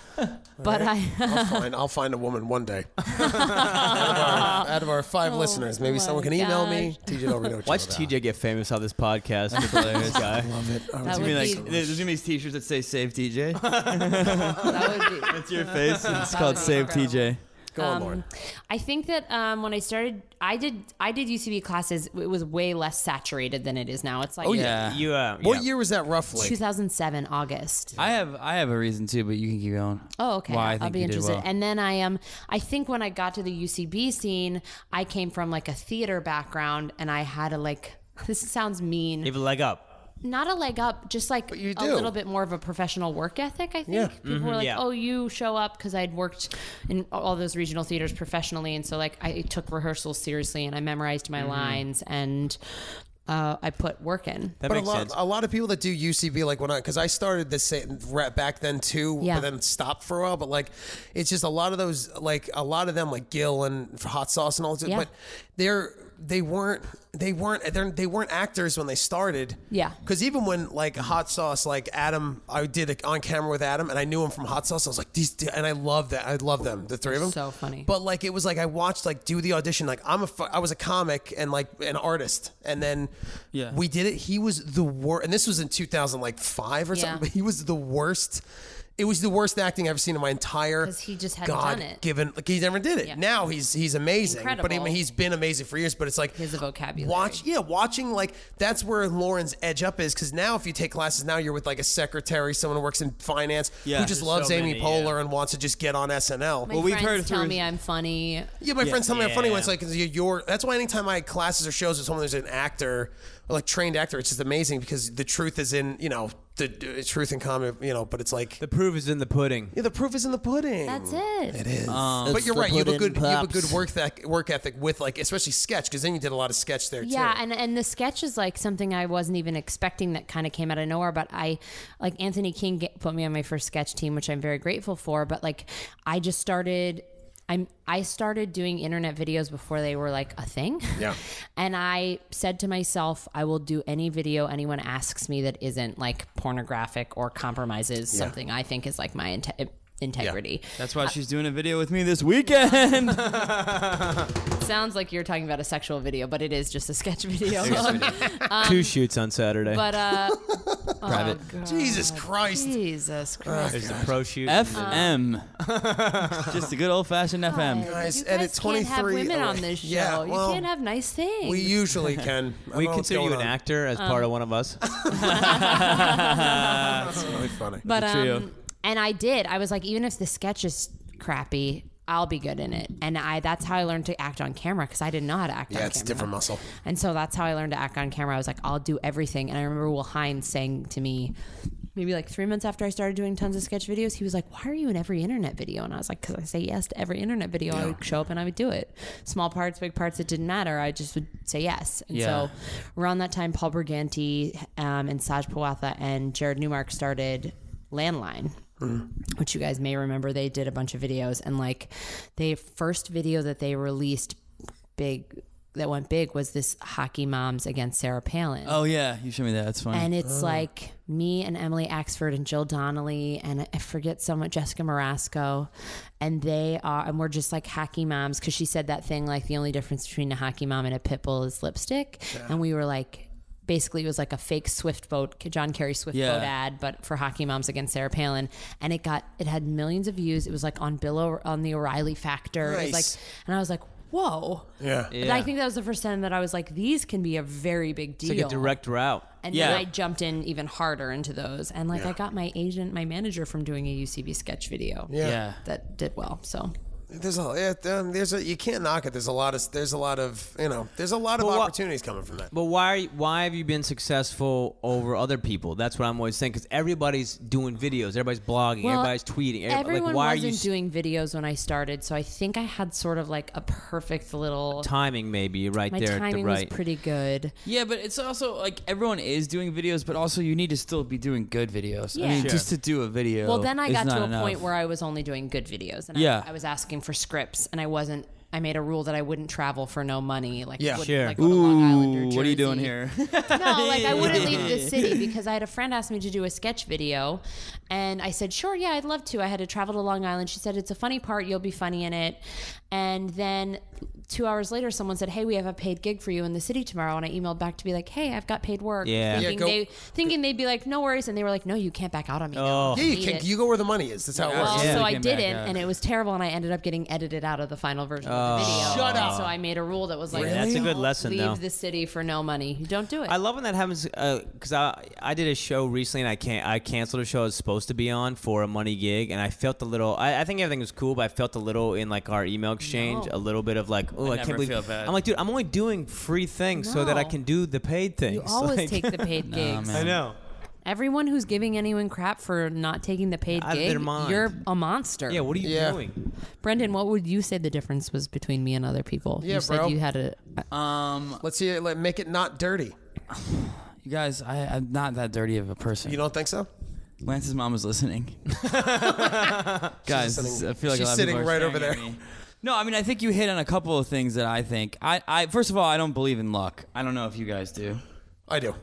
Speaker 5: but I
Speaker 2: I'll find, I'll find a woman one day. out, of our, out of our five
Speaker 5: Oh,
Speaker 2: listeners, maybe
Speaker 5: my
Speaker 2: someone can email me. TJ Del Reno.
Speaker 3: Watch TJ get famous on this podcast. It's hilarious, guy.
Speaker 2: Love it. I
Speaker 5: That
Speaker 2: would
Speaker 5: would
Speaker 2: do
Speaker 4: Be
Speaker 2: it
Speaker 4: like,
Speaker 2: so much.
Speaker 4: there's gonna be these T-shirts that say "Save TJ."
Speaker 5: that would be
Speaker 4: That's your face. It's
Speaker 5: That
Speaker 4: called
Speaker 5: would be
Speaker 4: "Save
Speaker 5: incredible.
Speaker 4: TJ."
Speaker 2: Go on,
Speaker 5: Um,
Speaker 2: Lauren.
Speaker 5: I think that um, when I started, I did I did UCB classes. It was way less saturated than it is now. It's like
Speaker 2: Oh, yeah.
Speaker 4: Yeah,
Speaker 3: You, uh,
Speaker 2: What
Speaker 3: yeah.
Speaker 2: year was that roughly?
Speaker 5: 2007 August.
Speaker 4: I have I have a reason too, but you can keep going.
Speaker 5: Oh, okay.
Speaker 4: Why I
Speaker 5: I'll
Speaker 4: think
Speaker 5: be
Speaker 4: you did
Speaker 5: interested.
Speaker 4: well.
Speaker 5: And then I um, I think when I got to the UCB scene, I came from like a theater background, and I had a like. This sounds mean.
Speaker 3: You have a leg up.
Speaker 5: Not a leg up, just like
Speaker 2: you
Speaker 5: a
Speaker 2: do.
Speaker 5: little bit more of a professional work ethic. I think
Speaker 2: Yeah.
Speaker 5: people
Speaker 4: Mm-hmm.
Speaker 5: were like,
Speaker 3: yeah.
Speaker 5: "Oh, you show up," because I'd worked in all those regional theaters professionally, and so like I took rehearsals seriously and I memorized
Speaker 4: Mm-hmm.
Speaker 5: my lines and uh, I put work in.
Speaker 3: That
Speaker 2: But a
Speaker 3: makes
Speaker 2: lot,
Speaker 3: sense.
Speaker 2: a lot of people that do UCB, like when I, because I started the same rep back then too,
Speaker 5: Yeah.
Speaker 2: but then stopped for a while. But like, it's just a lot of those, like a lot of them, like Gil and Hot Sauce and all that.
Speaker 5: Yeah.
Speaker 2: But they're they weren't they weren't they're, they weren't actors when they started.
Speaker 5: Yeah.
Speaker 2: Because even when like Hot Sauce, like Adam, I did it on camera with Adam, and I knew him from Hot Sauce. I was like these, and I love that. I love them, the three of them.
Speaker 5: So funny.
Speaker 2: But like it was like I watched like do the audition. Like I'm a fu- I was a comic and like an artist, and then
Speaker 4: Yeah.
Speaker 2: we did it. He was the worst, and this was in 2005 or
Speaker 5: Yeah.
Speaker 2: something. But he was the worst. It was the worst acting I've ever seen in my entire.
Speaker 5: 'Cause he just hadn't
Speaker 2: God
Speaker 5: done it.
Speaker 2: given like he never did it.
Speaker 5: Yeah.
Speaker 2: Now he's he's amazing, but I mean,
Speaker 5: Incredible.
Speaker 2: he's been amazing for years. But it's like
Speaker 5: His vocabulary.
Speaker 2: Watch, yeah, watching like that's where Lauren's edge up is because now if you take classes now you're with like a secretary, someone who works in finance
Speaker 4: Yeah.
Speaker 2: who just
Speaker 4: There's
Speaker 2: loves
Speaker 3: so
Speaker 2: Amy
Speaker 3: many,
Speaker 2: Poehler
Speaker 3: yeah.
Speaker 2: and wants to just get on SNL.
Speaker 5: My
Speaker 4: Well, we've
Speaker 5: friends
Speaker 4: heard
Speaker 5: tell
Speaker 4: through-
Speaker 5: me I'm funny.
Speaker 2: Yeah, my friends tell me I'm funny when it's
Speaker 3: Yeah.
Speaker 2: like 'cause you- you're. That's why anytime I had classes or shows with someone who's an actor, or like trained actor, it's just amazing because the truth is in you know the, the truth in comedy, you know. But it's like
Speaker 3: The proof is in the pudding.
Speaker 2: yeah, the proof is in the pudding.
Speaker 5: That's it.
Speaker 2: It is. but you're
Speaker 4: the
Speaker 2: right. You have a good
Speaker 4: pudding,
Speaker 2: you have a
Speaker 4: pops.
Speaker 2: good work ethic, work ethic with like especially sketch because then you did a lot of sketch there
Speaker 5: Yeah,
Speaker 2: too.
Speaker 5: and and the sketch is like something I wasn't even expecting that kind of came out of nowhere. But I like Anthony King get, put me on my first sketch team, which I'm very grateful for. But like I just started. I'm, I started doing internet videos before they were like a thing.
Speaker 2: Yeah.
Speaker 5: And I said to myself, I will do any video anyone asks me that isn't like pornographic or compromises something I think is like my inte- integrity.
Speaker 4: That's why she's doing a video with me this weekend.
Speaker 5: Sounds like you're talking about a sexual video, but it is just a sketch video.
Speaker 3: Two shoots on Saturday.
Speaker 5: but uh, oh,
Speaker 4: Private.
Speaker 2: Jesus Christ.
Speaker 5: Jesus Christ.
Speaker 3: There's the pro shoot.
Speaker 4: FM.
Speaker 5: Uh.
Speaker 4: Just a good old fashioned FM.
Speaker 2: Guys,
Speaker 5: you guys
Speaker 2: edit
Speaker 5: can't have
Speaker 2: 23
Speaker 5: women on
Speaker 2: away.
Speaker 5: this oh, show.
Speaker 2: Yeah, well,
Speaker 5: you can't have nice things.
Speaker 2: We usually can. I
Speaker 3: we
Speaker 2: don't know what's
Speaker 3: consider you
Speaker 2: going
Speaker 3: an
Speaker 2: on.
Speaker 3: actor as part of
Speaker 5: Um,
Speaker 3: one of us.
Speaker 2: That's really funny.
Speaker 5: but
Speaker 4: trio.
Speaker 5: um, and I did. I was like, even if the sketch is crappy, I'll be good in it. And I that's how I learned to act on camera because I didn't know how to act.
Speaker 2: yeah,
Speaker 5: on
Speaker 2: it's a
Speaker 5: camera.
Speaker 2: different muscle.
Speaker 5: And so that's how I learned to act on camera. I was like, I'll do everything. And I remember Will Hines saying to me, maybe like three months after I started doing tons of sketch videos, he was like, Why are you in every internet video? And I was like, Because I say yes to every internet video. I would show up and I would do it. Small parts, big parts, it didn't matter. I just would say yes. And
Speaker 4: Yeah.
Speaker 5: so around that time, Paul Briganti um, and Saj Pawatha and Jared Newmark started Landline. Which you guys may remember, they did a bunch of videos, and like, the first video that they released big that went big was this hockey moms against Sarah Palin.
Speaker 4: Oh yeah, you showed me that. That's fine.
Speaker 5: And it's like me and Emily Axford and Jill Donnelly and I forget someone Jessica Marasco, and they are and we're just like hockey moms because she said that thing like the only difference between a hockey mom and a pit bull is lipstick, and we were like. Basically, it was like a fake Swift boat, John Kerry Swift
Speaker 4: Yeah.
Speaker 5: boat ad, but for hockey moms against Sarah Palin, and it got it had millions of views. It was like on Bill o- on the O'Reilly Factor. It was
Speaker 2: Nice.
Speaker 5: like, and I was like, whoa,
Speaker 2: Yeah.
Speaker 5: but I think that was the first time that I was like, these can be a very big deal.
Speaker 3: It's like a direct route.
Speaker 5: and
Speaker 4: Yeah.
Speaker 5: then I jumped in even harder into those. And like, I got my agent, my manager from doing a UCB sketch video
Speaker 2: Yeah.
Speaker 4: yeah.
Speaker 5: that did well. So
Speaker 2: There's a yeah, um, there's a you can't knock it. There's a lot of there's a lot of you know there's a lot of
Speaker 3: Well, what-
Speaker 2: opportunities coming from that.
Speaker 3: But why are you, why have you been successful over other people? That's what I'm always saying. Because everybody's doing videos, everybody's blogging,
Speaker 5: Well,
Speaker 3: everybody's tweeting. everybody-
Speaker 5: everyone
Speaker 3: like, why
Speaker 5: wasn't
Speaker 3: are you s-
Speaker 5: doing videos when I started. So I think I had sort of like a perfect little.
Speaker 3: timing? Maybe right
Speaker 5: My
Speaker 3: there at the
Speaker 5: timing
Speaker 3: right.
Speaker 5: was pretty good.
Speaker 4: Yeah, but it's also like everyone is doing videos, but also you need to still be doing good videos. I
Speaker 5: Yeah.
Speaker 4: mean,
Speaker 5: Sure.
Speaker 4: just to do a video.
Speaker 5: Well, then I
Speaker 4: is
Speaker 5: got to
Speaker 4: not
Speaker 5: a
Speaker 4: enough.
Speaker 5: point where I was only doing good videos, and
Speaker 4: Yeah.
Speaker 5: I, I was asking for scripts, and I wasn't I made a rule that I wouldn't travel for no money. Like,
Speaker 2: Yeah.
Speaker 5: wouldn't,
Speaker 3: Sure.
Speaker 5: like, go to Long Island or
Speaker 4: what are you doing
Speaker 5: Jersey.
Speaker 4: here?
Speaker 5: No, like I wouldn't leave the city because I had a friend ask me to do a sketch video, and I said, "Sure, yeah, I'd love to." I had to travel to Long Island. She said, "It's a funny part. You'll be funny in it." And then two hours later, someone said, "Hey, we have a paid gig for you in the city tomorrow." And I emailed back to be like, "Hey, I've got paid work."
Speaker 3: Yeah. Yeah,
Speaker 5: thinking,
Speaker 2: go-
Speaker 5: they, thinking they'd be like, "No worries," and they were like, "No, you can't back out on me." now.
Speaker 3: Oh.
Speaker 2: Yeah, you
Speaker 5: Beat
Speaker 2: can.
Speaker 5: it."
Speaker 2: You go where the money is. That's how it
Speaker 4: Yeah.
Speaker 2: works.
Speaker 5: Well,
Speaker 4: Yeah.
Speaker 5: so I
Speaker 4: Came back
Speaker 5: didn't,
Speaker 4: out.
Speaker 5: and it was terrible, and I ended up getting edited out of the final version of the video.
Speaker 2: Shut up.
Speaker 5: So I made a rule that was like,
Speaker 3: Oh. Yeah, that's a good
Speaker 5: "Don't
Speaker 3: lesson,
Speaker 5: Leave
Speaker 3: though.
Speaker 5: the city for no money. Don't do it.
Speaker 3: I love when that happens because I I did a show recently and I can't I canceled a show I was supposed to be on for a money gig and I felt a little I, I think everything was cool but I felt a little in like our email exchange
Speaker 5: No.
Speaker 3: a little bit of like oh I,
Speaker 4: never
Speaker 3: can't believe
Speaker 4: feel bad.
Speaker 3: I'm like dude I'm only doing free things so that I
Speaker 5: No.
Speaker 3: can do the paid things
Speaker 5: You always
Speaker 3: Like-
Speaker 5: take the paid gigs.
Speaker 4: man. I
Speaker 3: know
Speaker 5: Everyone who's giving anyone crap for not taking the paid
Speaker 3: Out of
Speaker 5: gig,
Speaker 3: their mind.
Speaker 5: you're a monster.
Speaker 3: yeah what are you
Speaker 2: Yeah.
Speaker 3: doing
Speaker 5: Brendan, what would you say the difference was between me and other people?
Speaker 2: Yeah,
Speaker 5: you said
Speaker 2: bro.
Speaker 5: you had a
Speaker 4: Um,
Speaker 2: Let's see. Let make it not dirty.
Speaker 4: you guys, I, I'm not that dirty of a person.
Speaker 2: You don't think so?
Speaker 4: Lance's mom is listening. Guys,
Speaker 2: sitting-
Speaker 4: I feel like
Speaker 2: she's
Speaker 4: a lot of
Speaker 2: sitting
Speaker 4: people are
Speaker 2: right over
Speaker 4: staring at
Speaker 2: there.
Speaker 4: me. No, I mean I think you hit on a couple of things that I think. I, I first of all, I don't believe in luck. I don't know if you guys do.
Speaker 2: I do.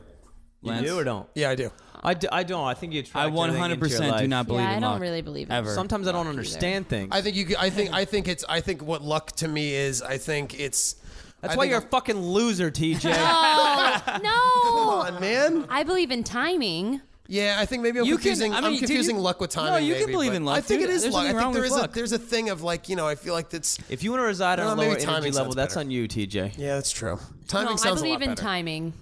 Speaker 4: Lance?
Speaker 3: you do or don't
Speaker 2: Yeah, I do.
Speaker 3: I, do, I don't I think you attract
Speaker 4: I
Speaker 3: everything into your
Speaker 4: 100% do
Speaker 3: life.
Speaker 4: not believe
Speaker 5: Yeah,
Speaker 4: in
Speaker 5: I don't
Speaker 4: luck,
Speaker 5: really believe in
Speaker 4: ever.
Speaker 5: luck.
Speaker 3: sometimes I don't understand things
Speaker 2: I think you. could- I think. I think it's. I think what luck to me is. I think it's.
Speaker 3: that's
Speaker 2: I
Speaker 3: why
Speaker 2: think-
Speaker 3: you're a fucking loser TJ
Speaker 5: Oh no!
Speaker 2: Come on, man.
Speaker 5: I believe in timing.
Speaker 2: Yeah, I think maybe I'm
Speaker 4: You can-
Speaker 2: confusing.
Speaker 4: I mean,
Speaker 2: I'm
Speaker 4: dude,
Speaker 2: confusing
Speaker 4: you-
Speaker 2: luck with
Speaker 4: No,
Speaker 2: timing.
Speaker 4: you can
Speaker 2: maybe,
Speaker 4: believe
Speaker 2: but
Speaker 4: in luck,
Speaker 2: I think
Speaker 4: dude.
Speaker 2: it is
Speaker 4: There's
Speaker 2: luck. I
Speaker 4: nothing wrong
Speaker 2: think there
Speaker 4: with
Speaker 2: is
Speaker 4: luck.
Speaker 2: a there's a thing of like you know. I feel like that's.
Speaker 3: if you want to reside on
Speaker 2: Well,
Speaker 3: a
Speaker 2: maybe
Speaker 3: lower
Speaker 2: timing
Speaker 3: energy
Speaker 2: sounds
Speaker 3: level that's
Speaker 2: better.
Speaker 3: on you TJ
Speaker 2: Yeah, that's true. Timing
Speaker 5: no, I
Speaker 2: sounds a
Speaker 5: believe
Speaker 2: lot
Speaker 5: in
Speaker 2: better.
Speaker 5: timing.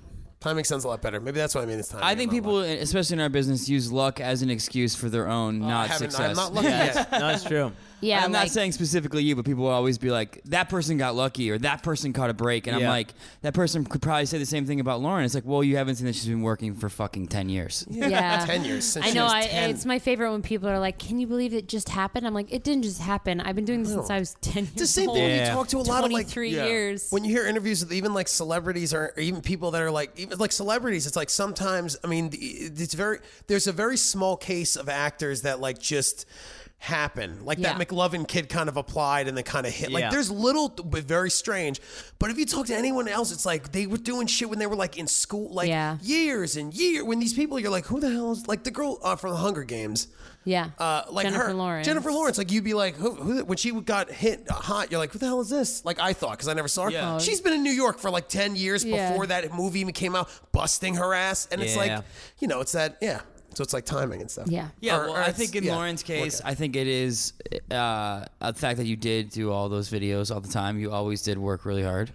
Speaker 2: Timing sounds a lot better. Maybe that's what I mean. It's timing.
Speaker 4: I think
Speaker 2: not
Speaker 4: people,
Speaker 2: luck.
Speaker 4: especially in our business, use luck as an excuse for their own
Speaker 2: I
Speaker 4: not
Speaker 2: haven't-
Speaker 4: success.
Speaker 2: I'm not lucky yet.
Speaker 3: no it's true
Speaker 5: Yeah,
Speaker 4: I'm
Speaker 5: like,
Speaker 4: not saying specifically you, but people will always be like, that person got lucky or that person caught a break. And I'm
Speaker 3: Yeah.
Speaker 4: like, that person could probably say the same thing about Lauren. It's like, well, you haven't seen that she's been working for fucking 10 years.
Speaker 5: yeah.
Speaker 2: 10 years, since
Speaker 5: I
Speaker 2: she
Speaker 5: know.
Speaker 2: was
Speaker 5: I,
Speaker 2: 10.
Speaker 5: It's my favorite when people are like, "Can you believe it just happened?" I'm like, "It didn't just happen. I've been doing this since I was 10 years
Speaker 2: It's the same
Speaker 5: old."
Speaker 2: thing. when You
Speaker 3: Yeah.
Speaker 2: talk to a lot of like
Speaker 5: 23 years.
Speaker 2: when you hear interviews with even like celebrities or, or even people that are like even like celebrities it's like sometimes i mean it's very there's a very small case of actors that like just happen like
Speaker 5: Yeah.
Speaker 2: that mclovin kid kind of applied and then kind of hit like
Speaker 3: Yeah.
Speaker 2: there's little but very strange but if you talk to anyone else it's like they were doing shit when they were like in school like
Speaker 5: Yeah.
Speaker 2: years and year when these people you're like who the hell is like the girl uh, from the hunger games
Speaker 5: yeah,
Speaker 2: uh, like
Speaker 5: Jennifer
Speaker 2: her,
Speaker 5: Lawrence.
Speaker 2: Jennifer Lawrence, like you'd be like, who, who, when she got hit hot, you're like, who the hell is this? Like I thought because I never saw her.
Speaker 4: Yeah.
Speaker 2: She's been in New York for like ten years
Speaker 5: Oh, Yeah.
Speaker 2: before that movie even came out, busting her ass, and it's
Speaker 3: Yeah.
Speaker 2: like, you know, it's that, yeah. So it's like timing and stuff.
Speaker 5: Yeah.
Speaker 4: Yeah,
Speaker 2: Or-
Speaker 4: well,
Speaker 2: or
Speaker 4: I
Speaker 2: it's-
Speaker 4: think in
Speaker 2: yeah.
Speaker 4: Lauren's case, I think it is uh, a fact that you did do all those videos all the time. You always did work really hard,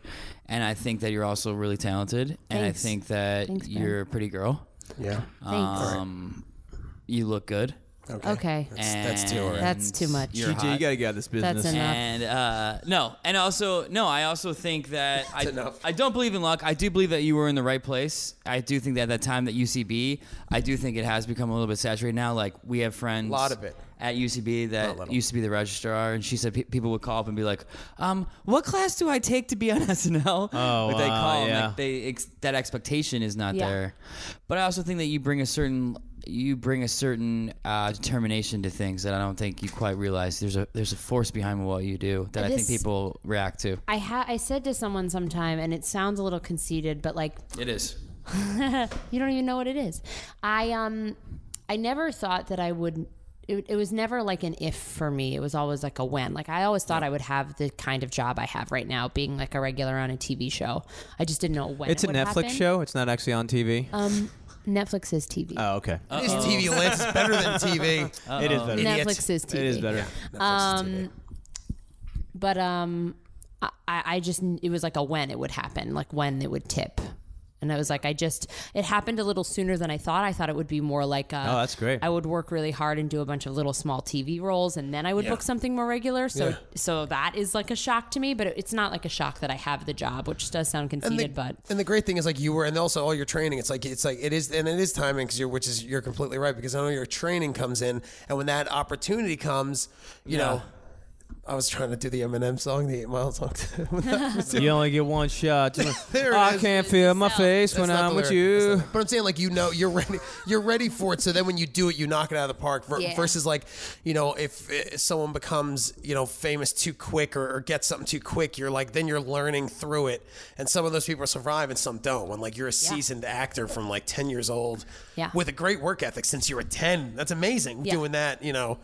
Speaker 4: and I think that you're also really talented. And I
Speaker 5: Thanks.
Speaker 4: think that
Speaker 5: Thanks, man.
Speaker 4: you're a pretty girl.
Speaker 2: yeah.
Speaker 5: Thanks.
Speaker 4: Um, you look good.
Speaker 2: Okay.
Speaker 5: okay.
Speaker 2: That's too
Speaker 4: and
Speaker 2: alright.
Speaker 5: That's too much.
Speaker 4: You're
Speaker 3: TJ you
Speaker 4: hot.
Speaker 3: gotta get out of this business
Speaker 5: enough.
Speaker 4: And uh, no, and also no. I also think that I
Speaker 2: enough.
Speaker 4: I don't believe in luck. I do believe that you were in the right place. I do think that at that time that UCB, I do think it has become a little bit saturated now. Like we have friends,
Speaker 2: Lot of it.
Speaker 4: at UCB
Speaker 2: Not a
Speaker 4: that
Speaker 2: little.
Speaker 4: used to be the registrar, and she said pe- people would call up and be like, um, "What class do I take to be on SNL?"
Speaker 3: Oh,
Speaker 4: Like, they
Speaker 3: wow,
Speaker 4: call and,
Speaker 3: yeah.
Speaker 4: like, they ex- that expectation is not
Speaker 5: Yeah.
Speaker 4: there. But I also think that you bring a certain you bring a certain uh, determination to things that I don't think you quite realize. There's a there's a force behind what you do that I think
Speaker 5: This-
Speaker 4: people react to.
Speaker 5: I ha- I said to someone sometime, and it sounds a little conceited, but like
Speaker 4: It is.
Speaker 5: you don't even know what it is. I um I never thought that I would. It, it was never like an if for me. It was always like a when. Like I always thought I would have the kind of job I have right now, being like a regular on a TV show. I just didn't know when.
Speaker 3: It's
Speaker 5: it
Speaker 3: a
Speaker 5: would
Speaker 3: Netflix
Speaker 5: happen.
Speaker 3: show. It's not actually on TV.
Speaker 5: Um, Netflix is TV.
Speaker 3: oh, okay.
Speaker 2: This TV lens is better than TV.
Speaker 3: It is better.
Speaker 2: Idiot.
Speaker 5: Netflix is TV.
Speaker 3: It is better.
Speaker 2: um,
Speaker 5: But um, I, I I just kn- it was like a when it would happen, like when it would tip. And I was like, I just it happened a little sooner than I thought. I thought it would be more like a,
Speaker 3: Oh, that's great.
Speaker 5: I would work really hard and do a bunch of little small TV roles, and then I would book something more regular. So
Speaker 2: Yeah.
Speaker 5: so that is like a shock to me, but it- it's not like a shock that I have the job, which does sound conceited,
Speaker 2: the,
Speaker 5: but
Speaker 2: and the great thing is like you were, and also all your training. It's like it's like it is, and it is timing because you're, which is you're completely right because I know your training comes in, and when that opportunity comes, you know, I was trying to do the Eminem song, the Eight Mile song.
Speaker 3: You only get one shot.
Speaker 2: There it
Speaker 3: I
Speaker 2: is.
Speaker 3: can't feel my
Speaker 5: So-
Speaker 3: face
Speaker 2: That's
Speaker 3: when
Speaker 2: not the
Speaker 3: I'm
Speaker 2: lyric. That's
Speaker 3: with
Speaker 2: not
Speaker 3: you.
Speaker 2: it. But I'm saying like you know you're ready you're ready for it. So then when you do it, you knock it out of the park. ver-
Speaker 5: Yeah.
Speaker 2: Versus like you know if uh, someone becomes you know famous too quick or, or gets something too quick, you're like then you're learning through it. And some of those people survive and some don't. When like you're a seasoned actor from like 10 years old,
Speaker 5: Yeah.
Speaker 2: with a great work ethic since you were 10. That's amazing.
Speaker 5: Yeah.
Speaker 2: Doing that, you know,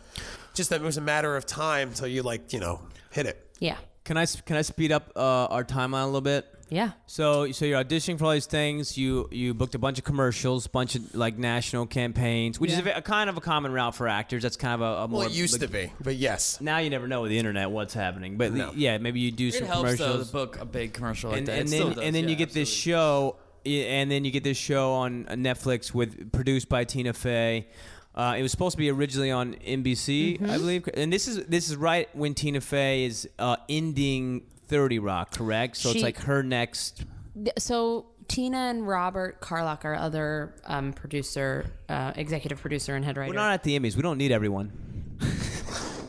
Speaker 2: just that it was a matter of time until you like you know hit it.
Speaker 5: Yeah.
Speaker 3: Can I s- can I speed up uh, our timeline a little bit?
Speaker 5: Yeah.
Speaker 3: So so you're auditioning for all these things. You you booked a bunch of commercials, bunch of like national campaigns, which is a, ve- a kind of a common route for actors. That's kind of a, a more
Speaker 2: Well, it used
Speaker 3: like-
Speaker 2: to be, but yes.
Speaker 3: Now you never know with the internet what's happening, but yeah, maybe you do
Speaker 4: It
Speaker 3: some
Speaker 4: helps though
Speaker 3: commercials.
Speaker 4: to book a big commercial like
Speaker 3: and,
Speaker 4: that.
Speaker 3: and
Speaker 4: It
Speaker 3: then
Speaker 4: still does,
Speaker 3: and then
Speaker 4: yeah,
Speaker 3: you get this show, i- and then you get this show on Netflix with produced by Tina Fey. Uh, it was supposed to be originally on NBC, I believe, and this is this is right when Tina Fey is uh, ending Thirty Rock, correct? So it's
Speaker 5: She-
Speaker 3: like her next.
Speaker 5: Th- So Tina and Robert Carlock, our other um, producer, uh, executive producer and head writer.
Speaker 3: We're not at the Emmys. We don't need everyone.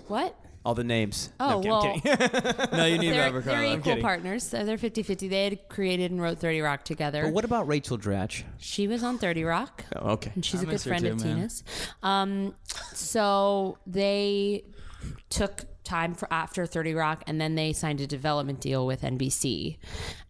Speaker 5: what?
Speaker 3: All the names.
Speaker 5: Oh,
Speaker 3: I'm
Speaker 5: well,
Speaker 3: kidding.
Speaker 4: absolutely. No, you need
Speaker 5: they're,
Speaker 4: Robert
Speaker 5: they're
Speaker 4: Carlyle.
Speaker 5: equal partners. So they're 50 50. They had created and wrote 30 Rock together.
Speaker 3: what about Rachel Dratch?
Speaker 5: she was on 30 Rock.
Speaker 3: Oh, okay.
Speaker 5: And she's
Speaker 4: I
Speaker 5: a good
Speaker 4: miss her
Speaker 5: friend
Speaker 4: too,
Speaker 5: of
Speaker 4: man.
Speaker 5: Tina's. Um, so they took time for after 30 Rock and then they signed a development deal with NBC.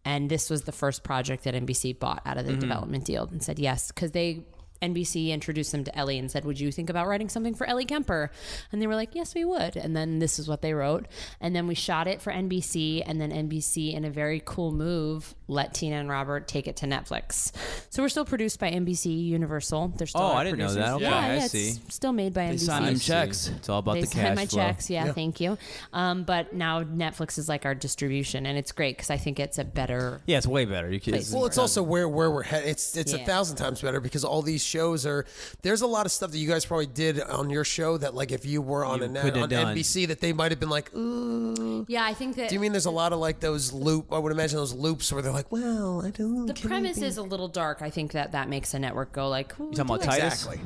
Speaker 5: And this was the first project that NBC bought out of
Speaker 3: Mm-hmm.
Speaker 5: the development deal and said yes cuz they NBC introduced them to Ellie and said, "Would you think about writing something for Ellie Kemper?" And they were like, "Yes, we would." And then this is what they wrote. And then we shot it for NBC, and then NBC, in a very cool move, let Tina and Robert take it to Netflix. So we're still produced by NBC Universal. They're still
Speaker 3: Oh,
Speaker 5: our
Speaker 3: I didn't know
Speaker 5: producers.
Speaker 3: that. Okay,
Speaker 5: yeah,
Speaker 3: I
Speaker 5: yeah,
Speaker 3: see.
Speaker 5: It's still made by
Speaker 4: They
Speaker 5: NBC.
Speaker 4: signed them checks.
Speaker 3: It's all about
Speaker 5: They
Speaker 3: the
Speaker 5: signed
Speaker 3: cash
Speaker 5: my
Speaker 3: flow.
Speaker 5: checks, yeah, thank you. Um, but now Netflix is like our distribution, and it's great because I think it's a better.
Speaker 3: Yeah, it's way better. You can,
Speaker 5: Place.
Speaker 2: Well, it's also where where we're headed. It's it's a
Speaker 5: Yeah.
Speaker 2: thousand times better because all these shows are. There's a lot of stuff that you guys probably did on your show that, like, if you were on a net,
Speaker 3: couldn't have
Speaker 2: on
Speaker 3: done.
Speaker 2: NBC, that they might have been like, ooh.
Speaker 5: Yeah, I think that.
Speaker 2: Do you mean there's a lot of like those loop? I would imagine those loops where they're like, well, I don't.
Speaker 5: the premise is a little dark? I think that that makes a network go like. You
Speaker 3: talking about Titus?
Speaker 2: exactly.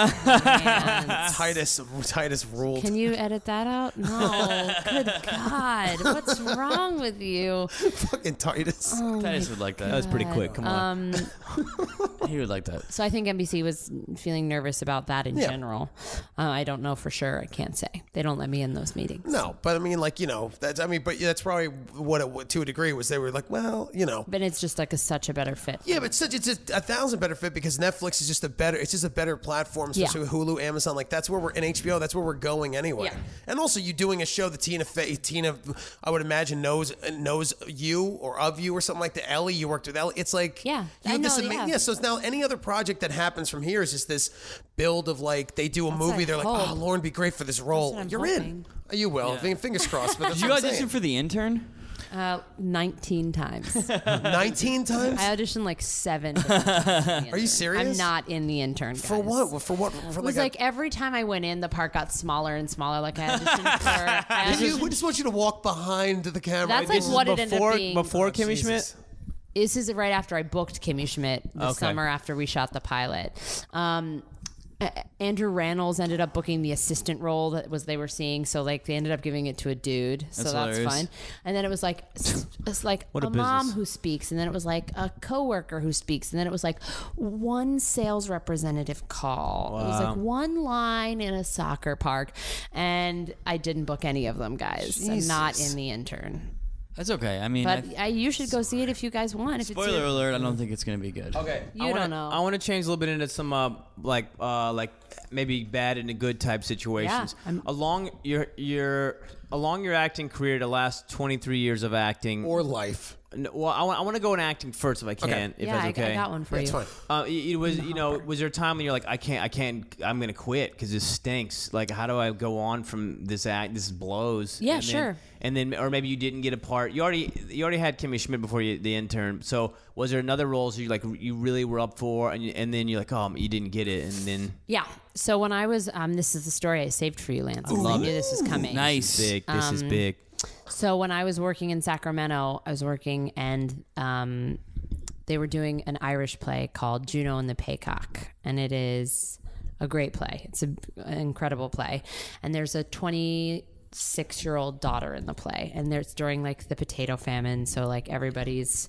Speaker 2: Titus Titus ruled.
Speaker 5: Can you edit that out? No. Good God. What's wrong with you?
Speaker 2: Fucking Titus.
Speaker 5: Uh, Oh,
Speaker 4: Titus would like
Speaker 3: That was
Speaker 4: that.
Speaker 3: pretty quick. Come on.
Speaker 5: Um,
Speaker 4: He would like that.
Speaker 5: So I think NBC was feeling nervous about that in
Speaker 2: Yeah.
Speaker 5: general. Uh, I don't know for sure. I can't say. They don't let me in those meetings.
Speaker 2: no, but I mean, like you know, that's I mean, but that's probably what it to a degree was. They were like, well, you know,
Speaker 5: But it's just like a, such a better fit.
Speaker 2: Yeah, but such it's a, a thousand better fit because Netflix is just a better it's just a better platform, especially with
Speaker 5: Yeah.
Speaker 2: Hulu, Amazon. Like that's where we're in HBO. That's where we're going anyway.
Speaker 5: Yeah.
Speaker 2: And also, you doing a show that Tina Fey, Tina, I would imagine knows knows you or of you or something like that. Ellie, you worked with Ellie. It's like
Speaker 5: Yeah,
Speaker 2: you
Speaker 5: I
Speaker 2: have this
Speaker 5: know,
Speaker 2: ama-
Speaker 5: yeah.
Speaker 2: yeah. So it's now any other project that happens from here is just this build of like they do a movie.
Speaker 5: I
Speaker 2: They're like,
Speaker 5: hope.
Speaker 2: oh, Lauren, be great for this role.
Speaker 5: what I'm
Speaker 2: You're
Speaker 5: hoping.
Speaker 2: in. You will. I mean, Fingers crossed. But that's
Speaker 4: Did you
Speaker 2: what I'm
Speaker 4: audition
Speaker 2: saying.
Speaker 4: for the intern?
Speaker 5: Uh, 19 times.
Speaker 2: nineteen times.
Speaker 5: I auditioned like seven. different times for the
Speaker 2: Are you
Speaker 5: intern.
Speaker 2: serious?
Speaker 5: I'm not in the intern.
Speaker 2: For
Speaker 5: guys.
Speaker 2: what? For what? For
Speaker 5: It was
Speaker 2: a-
Speaker 5: like every time I went in, the part got smaller and smaller. Like I auditioned for. I
Speaker 2: We just- we
Speaker 5: auditioned-
Speaker 2: just want you to walk behind the camera.
Speaker 5: That's like
Speaker 2: This is-
Speaker 5: what it ended
Speaker 3: before
Speaker 5: up being.
Speaker 3: before Kimmy
Speaker 2: Jesus.
Speaker 3: Schmidt.
Speaker 5: this is right after I booked Kimmy Schmidt the
Speaker 3: Okay.
Speaker 5: summer after we shot the pilot. Um, A- Andrew Rannells ended up booking the assistant role that was they were seeing, so like they ended up giving it to a dude, so
Speaker 4: That's
Speaker 5: that's,
Speaker 4: hilarious.
Speaker 5: fun. And then it was like s- it's like
Speaker 3: What a
Speaker 5: a, mom
Speaker 3: business.
Speaker 5: who speaks, and then it was like a coworker who speaks, and then it was like one sales representative call. It was like one line in a soccer park, and I didn't book any of them, guys. I'm not in the intern,
Speaker 4: That's okay. I mean, I,
Speaker 5: but I, you should go see it if you guys want. If it's
Speaker 4: spoiler
Speaker 5: your-
Speaker 4: alert, I don't think it's gonna be good.
Speaker 3: Okay.
Speaker 5: You
Speaker 3: I wanna,
Speaker 5: don't know.
Speaker 3: I want to change a little bit into some uh, like uh, like maybe bad and a good type situations.
Speaker 5: Yeah, I'm-
Speaker 3: along your your along your acting career, the last twenty three years of acting.
Speaker 2: or life.
Speaker 3: N- well, I want I want to go in acting first if I can. If
Speaker 5: yeah,
Speaker 3: that's
Speaker 5: I-
Speaker 3: okay.
Speaker 5: I, got one for
Speaker 2: That's
Speaker 5: you.
Speaker 2: fine.
Speaker 3: Uh, it, it was you know was there a time when you're like I can't I can't I'm gonna quit because this stinks like how do I go on from this act this blows
Speaker 5: Yeah,
Speaker 3: And then-
Speaker 5: sure.
Speaker 3: and then or maybe you didn't get a part you already you already had Kimmy Schmidt before you, the intern so was there another roles you like you really were up for and, you, and then you're like oh you didn't get it and then
Speaker 5: Yeah. So when I was, um, this is the story I saved for you, Lance. I knew this was coming.
Speaker 4: Nice.
Speaker 3: big this is
Speaker 5: Um,
Speaker 3: big
Speaker 5: So when I was working in Sacramento, I was working and um, they were doing an Irish play called Juno and the Paycock, and it is a great play. It's a, an incredible play, and there's a twenty six year old daughter in the play, and there's during like the potato famine, so like everybody's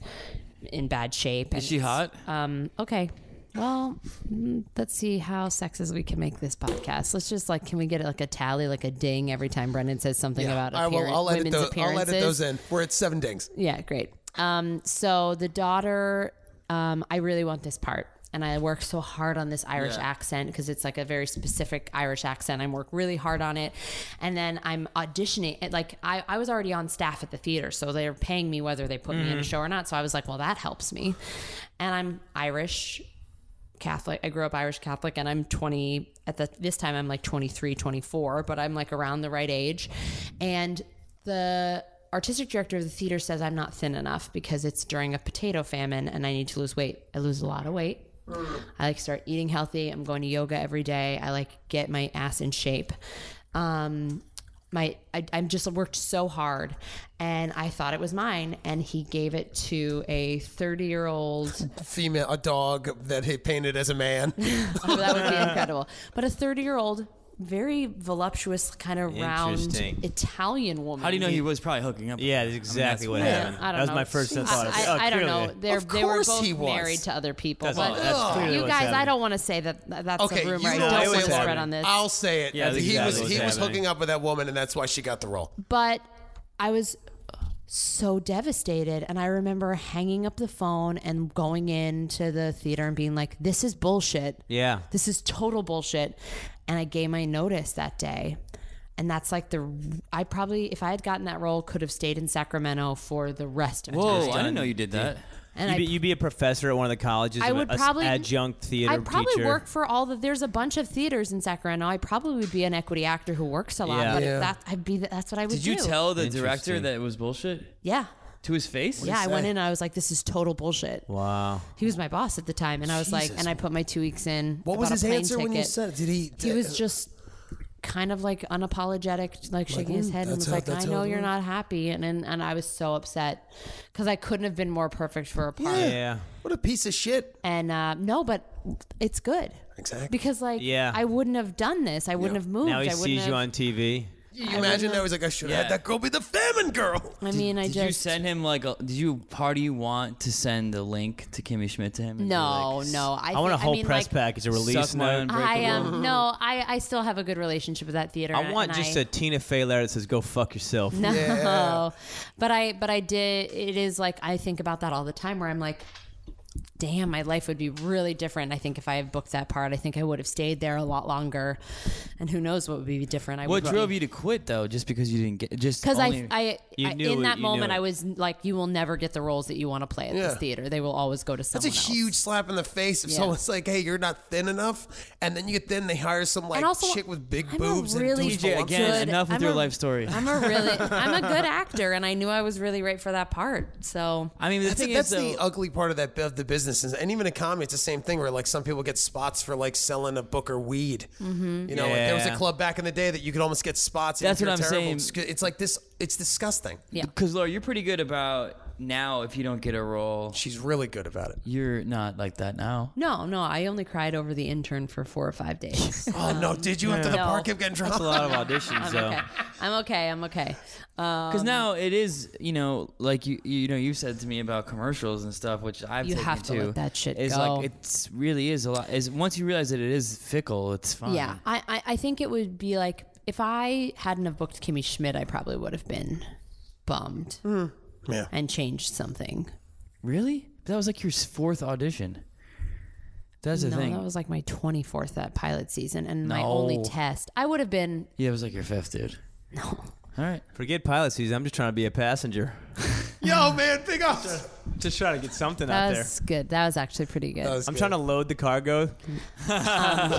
Speaker 5: in bad shape.
Speaker 4: Is she hot?
Speaker 5: Um, okay. Well, mm, let's see how sexist we can make this podcast. Let's just like, can we get like a tally, like a ding every time Brendan says something about
Speaker 2: All right,
Speaker 5: appearance,
Speaker 2: well, I'll edit,
Speaker 5: women's
Speaker 2: those, I'll
Speaker 5: appearances?
Speaker 2: edit those in. We're at seven dings.
Speaker 5: Yeah, great. Um, so the daughter, um, I really want this part. And I work so hard on this Irish accent because it's like a very specific Irish accent. I work really hard on it. And then I'm auditioning. It, like, I, I was already on staff at the theater, so they're paying me whether they put
Speaker 2: Mm.
Speaker 5: me in a show or not. So I was like, well, that helps me. And I'm Irish Catholic. I grew up Irish Catholic and I'm 20 at the this time I'm like 23, 24, but I'm like around the right age. And the artistic director of the theater says I'm not thin enough because it's during a potato famine and I need to lose weight. I lose a lot of weight. I like start eating healthy. I'm going to yoga every day. I like get my ass in shape. Um my I, I'm just worked so hard and I thought it was mine and he gave it to a 30 year old
Speaker 2: Female, a dog that he painted as a man.
Speaker 5: Oh, that would be incredible. But a 30 year old, very voluptuous, kind of round
Speaker 3: Interesting.
Speaker 5: Italian woman.
Speaker 4: How do you know he was probably hooking up? with
Speaker 3: Yeah,
Speaker 4: her?
Speaker 3: that's
Speaker 4: I mean,
Speaker 3: exactly what
Speaker 5: Yeah,
Speaker 3: happened.
Speaker 5: I don't
Speaker 3: that was
Speaker 5: know.
Speaker 3: my first
Speaker 5: Jeez.
Speaker 3: thought. Oh,
Speaker 5: I, I, I don't know. They're,
Speaker 2: Of
Speaker 5: they were
Speaker 2: course
Speaker 5: both
Speaker 2: he was.
Speaker 5: married to other people.
Speaker 3: That's-
Speaker 5: but
Speaker 3: that's
Speaker 5: ugh,
Speaker 3: clearly
Speaker 5: you
Speaker 3: what's
Speaker 5: guys, I
Speaker 3: happening.
Speaker 5: don't want to say that that's
Speaker 2: Okay,
Speaker 5: a rumor. I
Speaker 2: you
Speaker 5: don't
Speaker 2: know
Speaker 5: want
Speaker 2: it's
Speaker 5: to
Speaker 3: happening.
Speaker 5: spread on this.
Speaker 2: I'll say it.
Speaker 3: Yeah, that's
Speaker 2: he
Speaker 3: exactly
Speaker 2: was
Speaker 3: what's
Speaker 2: he was
Speaker 3: happening.
Speaker 2: hooking up with that woman, and that's why she got the role.
Speaker 5: but I was so devastated and I remember hanging up the phone and going into the theater and being like this is bullshit.
Speaker 3: Yeah.
Speaker 5: This is total bullshit and I gave my notice that day. And that's like the I probably if I had gotten that role could have stayed in Sacramento for the rest of my
Speaker 4: Whoa,
Speaker 5: time.
Speaker 4: I didn't know you did that.
Speaker 5: And
Speaker 3: You'd
Speaker 5: I
Speaker 3: be, you'd be a professor at one of the colleges.
Speaker 5: I
Speaker 3: a-
Speaker 5: would
Speaker 3: a s-
Speaker 5: probably
Speaker 3: adjunct theater
Speaker 5: I probably
Speaker 3: teacher.
Speaker 5: work for all the. There's a bunch of theaters in Sacramento. I probably would be an equity actor who works a lot.
Speaker 3: Yeah.
Speaker 5: But
Speaker 2: Yeah.
Speaker 5: if that I'd be. That's what I would
Speaker 4: Did you
Speaker 5: do.
Speaker 4: tell the director
Speaker 3: Interesting.
Speaker 4: that it was bullshit
Speaker 5: Yeah.
Speaker 4: to his face?
Speaker 5: Yeah, I
Speaker 2: say?
Speaker 5: went in. and I was like, "This is total bullshit."
Speaker 3: Wow.
Speaker 5: He was my boss at the time, and I was like, and I put my two weeks in.
Speaker 2: What was his
Speaker 5: about a plane
Speaker 2: answer when you
Speaker 5: ticket.
Speaker 2: said it? Did he?
Speaker 5: He was just kind of like unapologetic, like shaking his head and
Speaker 2: mm, that's
Speaker 5: was
Speaker 2: how-
Speaker 5: like,
Speaker 2: that's
Speaker 5: "I
Speaker 2: how
Speaker 5: know
Speaker 2: it
Speaker 5: you're
Speaker 2: is."
Speaker 5: not happy," and and, and I was so upset because I couldn't have been more perfect for a part.
Speaker 3: Yeah.
Speaker 2: What a piece of shit.
Speaker 5: And uh, no, but it's good.
Speaker 2: Exactly.
Speaker 5: Because like
Speaker 3: Yeah.
Speaker 5: I wouldn't have done this. I wouldn't have moved.
Speaker 3: Now he
Speaker 5: I wouldn't
Speaker 3: sees
Speaker 5: have,
Speaker 3: you on TV.
Speaker 2: Can you imagine that was like I should have
Speaker 4: Yeah.
Speaker 2: had that girl be the famine girl.
Speaker 5: I mean, I
Speaker 4: did
Speaker 5: just
Speaker 4: you send him like a? Did you how do you want to send the link to Kimmy Schmidt to him? and be
Speaker 5: no,
Speaker 4: like,
Speaker 5: no. I,
Speaker 3: I want a
Speaker 5: think-
Speaker 3: whole
Speaker 5: mean,
Speaker 3: press
Speaker 5: like,
Speaker 3: package, a
Speaker 4: Suck
Speaker 3: release
Speaker 4: my
Speaker 3: note.
Speaker 4: unbreakable.
Speaker 5: I am no. I I still have a good relationship with that theater.
Speaker 3: I
Speaker 5: and-
Speaker 3: want
Speaker 5: and
Speaker 3: just
Speaker 5: I-
Speaker 3: a Tina Fey letter that says "Go fuck yourself."
Speaker 5: No,
Speaker 2: Yeah.
Speaker 5: but I but I did. It is like I think about that all the time. Where I'm like, damn, my life would be really different. I think if I had booked that part, I think I would have stayed there a lot longer. And who knows what would be different? I
Speaker 4: What
Speaker 5: would
Speaker 4: drove you to quit though? Just because you didn't get just
Speaker 5: Because I,
Speaker 4: only-
Speaker 5: I,
Speaker 3: You
Speaker 5: I-
Speaker 3: knew
Speaker 5: in
Speaker 3: it,
Speaker 5: that
Speaker 3: you knew
Speaker 5: moment,
Speaker 3: it.
Speaker 5: I was like, "You will never get the roles that you want to play at this
Speaker 2: Yeah.
Speaker 5: theater. They will always go to someone
Speaker 2: That's a
Speaker 5: else."
Speaker 2: huge slap in the face if
Speaker 5: Yeah.
Speaker 2: someone's like, "Hey, you're not thin enough," and then you get thin. They hire some like
Speaker 5: And also,
Speaker 2: chick with big
Speaker 5: I'm a
Speaker 2: boobs
Speaker 5: really
Speaker 2: and
Speaker 4: DJ,
Speaker 2: doucheful-
Speaker 4: again,
Speaker 5: good-
Speaker 4: enough with
Speaker 5: I'm
Speaker 4: your
Speaker 5: a-
Speaker 4: life story.
Speaker 5: I'm a really, I'm a good actor, and I knew I was really right for that part. So
Speaker 4: I mean, the
Speaker 2: That's,
Speaker 4: thing
Speaker 2: that's
Speaker 4: is, though,
Speaker 2: the ugly part of that of the business, is- and even in comedy, it's the same thing where like some people get spots for like selling a book or weed. Mm-hmm. You know, like, there was a
Speaker 3: Yeah.
Speaker 2: club back in the day that you could almost get spots.
Speaker 4: That's
Speaker 2: and if
Speaker 4: what
Speaker 2: you're
Speaker 4: I'm
Speaker 2: terrible,
Speaker 4: saying.
Speaker 2: It's, it's like this. It's disgusting.
Speaker 5: yeah,
Speaker 4: because Laura, you're pretty good about now. If you don't get a role,
Speaker 2: She's really good about it.
Speaker 4: you're not like that now.
Speaker 5: no, no, I only cried over the intern for four or five days.
Speaker 2: Oh no! Did you after the
Speaker 5: No.
Speaker 2: park kept getting
Speaker 3: That's a
Speaker 2: drunk?
Speaker 3: lot of auditions,
Speaker 5: I'm
Speaker 3: though.
Speaker 5: okay. I'm okay. I'm okay. Um,
Speaker 4: Because now it is, you know, like you, you know, you said to me about commercials and stuff, which I've
Speaker 5: You
Speaker 4: taken
Speaker 5: have to
Speaker 4: too,
Speaker 5: let that shit
Speaker 4: is
Speaker 5: go.
Speaker 4: like it's really is a lot. Is once you realize that it is fickle, it's fine.
Speaker 5: yeah, I, I, I think it would be like if I hadn't have booked Kimmy Schmidt, I probably would have been bummed
Speaker 4: Mm.
Speaker 2: Yeah.
Speaker 5: and changed something.
Speaker 4: Really? That was like your s- fourth audition. That's the
Speaker 5: no,
Speaker 4: thing.
Speaker 5: that was like my 24th that pilot season and my
Speaker 4: No.
Speaker 5: only test. I would have been
Speaker 4: yeah, it was like your fifth, dude.
Speaker 5: no.
Speaker 4: All right.
Speaker 3: Forget pilot season. I'm just trying to be a passenger.
Speaker 2: Yo, man, big up.
Speaker 3: Just trying to get something
Speaker 5: That
Speaker 3: out there.
Speaker 5: was good. That was actually pretty good. Uh-huh.
Speaker 3: I'm trying to load the cargo.
Speaker 2: trying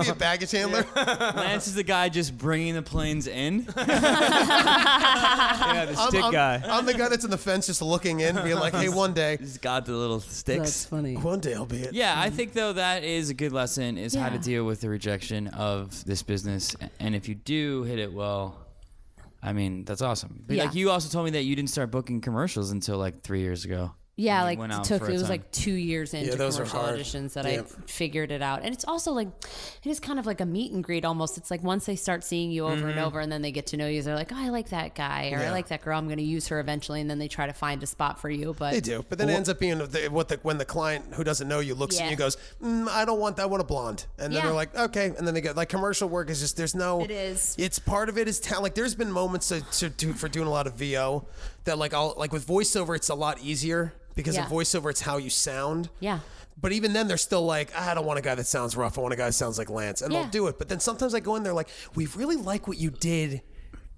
Speaker 2: to be a baggage handler.
Speaker 4: Lance is the guy just bringing the planes in.
Speaker 3: Yeah, the
Speaker 2: I'm,
Speaker 3: stick
Speaker 2: I'm-
Speaker 3: guy.
Speaker 2: I'm the guy that's on the fence, just looking in, being like, "Hey, one day,
Speaker 4: He's got the little
Speaker 5: That's
Speaker 4: sticks.
Speaker 5: funny.
Speaker 2: one day I'll be it."
Speaker 4: Yeah, I think though that is a good lesson is how to
Speaker 5: Mm-hmm. Yeah.
Speaker 4: deal with the rejection of this business, and if you do hit it well, I mean that's awesome. But,
Speaker 5: Yeah.
Speaker 4: Like you also told me that you didn't start booking commercials until like three years ago.
Speaker 5: Yeah,
Speaker 4: you
Speaker 5: like
Speaker 4: went
Speaker 5: it
Speaker 4: out
Speaker 5: took
Speaker 4: for a
Speaker 5: it was
Speaker 4: time.
Speaker 5: like two years into
Speaker 2: those are
Speaker 5: commercial
Speaker 2: hard.
Speaker 5: auditions that
Speaker 2: Yeah.
Speaker 5: I figured it out, and it's also like it is kind of like a meet and greet almost. It's like once they start seeing you over and over, and then they get to know you, they're like, "Oh, I like that guy," or
Speaker 2: Mm-hmm. Yeah.
Speaker 5: "I like that girl. I'm going to use her eventually," and then they try to find a spot for you. But
Speaker 2: They do, but then it ends up being the, what the, when the client who doesn't know you looks at
Speaker 5: Yeah.
Speaker 2: you and goes, mm, "I don't want that. I want a blonde." And then
Speaker 5: Yeah.
Speaker 2: they're like, "Okay." And then they go like commercial work is just there's no.
Speaker 5: It is.
Speaker 2: It's part of it is talent. Like there's been moments to, to do for doing a lot of VO that like I'll like with voiceover it's a lot easier because
Speaker 5: Yeah.
Speaker 2: in voiceover it's how you sound.
Speaker 5: Yeah.
Speaker 2: But even then, they're still like, "Ah, I don't want a guy that sounds rough. I want a guy that sounds like Lance, and
Speaker 5: Yeah.
Speaker 2: they'll do it. But then sometimes I go in there like, we really like what you did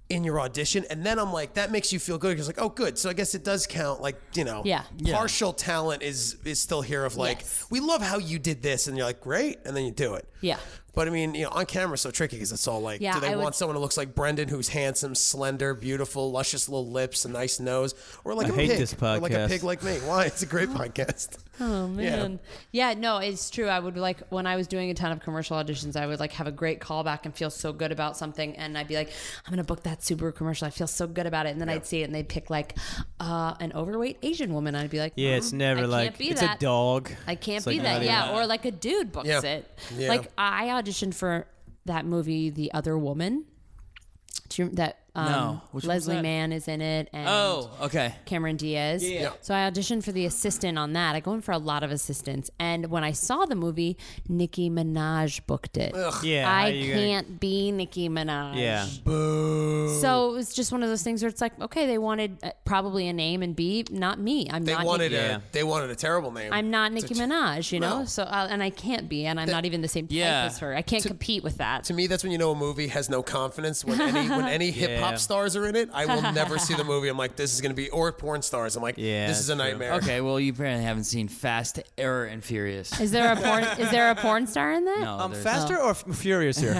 Speaker 2: in your audition, and then I'm like, that makes you feel good. Because like, oh, good. So I guess it does count. Like, you know,
Speaker 5: Yeah. Yeah.
Speaker 2: partial talent is is still here. Of like,
Speaker 5: Yes.
Speaker 2: we love how you did this, and you're like, great, and then you do it.
Speaker 5: Yeah.
Speaker 2: But I mean, you know, on camera, it's so tricky because it's all like,
Speaker 5: Yeah,
Speaker 2: do they
Speaker 5: I
Speaker 2: want
Speaker 5: would-
Speaker 2: someone who looks like Brendan, who's handsome, slender, beautiful, luscious little lips, a nice nose, or like a
Speaker 3: hate
Speaker 2: pig,
Speaker 3: this
Speaker 2: Or like a
Speaker 3: podcast.
Speaker 2: pig like me? Why? It's a great podcast.
Speaker 5: Oh man. Yeah. no, it's true. I would like when I was doing a ton of commercial auditions, I would like have a great callback and feel so good about something and I'd be like, I'm gonna book that Subaru commercial. I feel so good about it. And then I'd see it and they'd pick like uh, an overweight Asian woman. I'd be like,
Speaker 3: Yeah, it's
Speaker 5: "Mm,
Speaker 3: never
Speaker 5: I
Speaker 3: like
Speaker 5: can't be
Speaker 3: it's
Speaker 5: that.
Speaker 3: a dog.
Speaker 5: I can't
Speaker 3: It's
Speaker 5: be
Speaker 3: like,
Speaker 5: that.
Speaker 3: not
Speaker 5: Yeah. Or like a dude books
Speaker 2: Yeah.
Speaker 5: it.
Speaker 2: Yeah.
Speaker 5: Like I auditioned for that movie, The Other Woman. Do you rem- that um,
Speaker 4: No. Which one's
Speaker 5: Leslie
Speaker 4: that?
Speaker 5: Mann is in it and
Speaker 4: Oh, okay.
Speaker 5: Cameron Diaz.
Speaker 2: Yeah.
Speaker 5: So I auditioned for the assistant on that. I go in for a lot of assistants. And when I saw the movie, Nicki Minaj booked it.
Speaker 3: Yeah, how
Speaker 5: I
Speaker 3: are you gonna-
Speaker 5: can't be Nicki Minaj.
Speaker 3: Yeah.
Speaker 5: So it was just one of those things where it's like, okay, they wanted uh, probably a name, and B, not me. I'm
Speaker 2: They
Speaker 5: not.
Speaker 2: wanted
Speaker 5: Nicki-
Speaker 3: Yeah.
Speaker 2: a they wanted a terrible name.
Speaker 5: I'm not Nicki Minaj, you know.
Speaker 2: No.
Speaker 5: So uh, and I can't be, and I'm not even the same type
Speaker 4: Yeah.
Speaker 5: as her. I can't compete with that.
Speaker 2: to me, that's when you know a movie has no confidence. When any when any hip hop
Speaker 3: Yeah.
Speaker 2: stars are in it, I will never see the movie. I'm like, this is gonna be or porn stars. I'm like,
Speaker 3: Yeah,
Speaker 2: this is a
Speaker 3: true.
Speaker 2: nightmare.
Speaker 4: Okay, well, you apparently haven't seen Fast, Error, and Furious. Oh,
Speaker 5: is there a porn? is there a porn star in that?
Speaker 4: No,
Speaker 3: Um,
Speaker 4: there's-
Speaker 3: faster or f- furious here?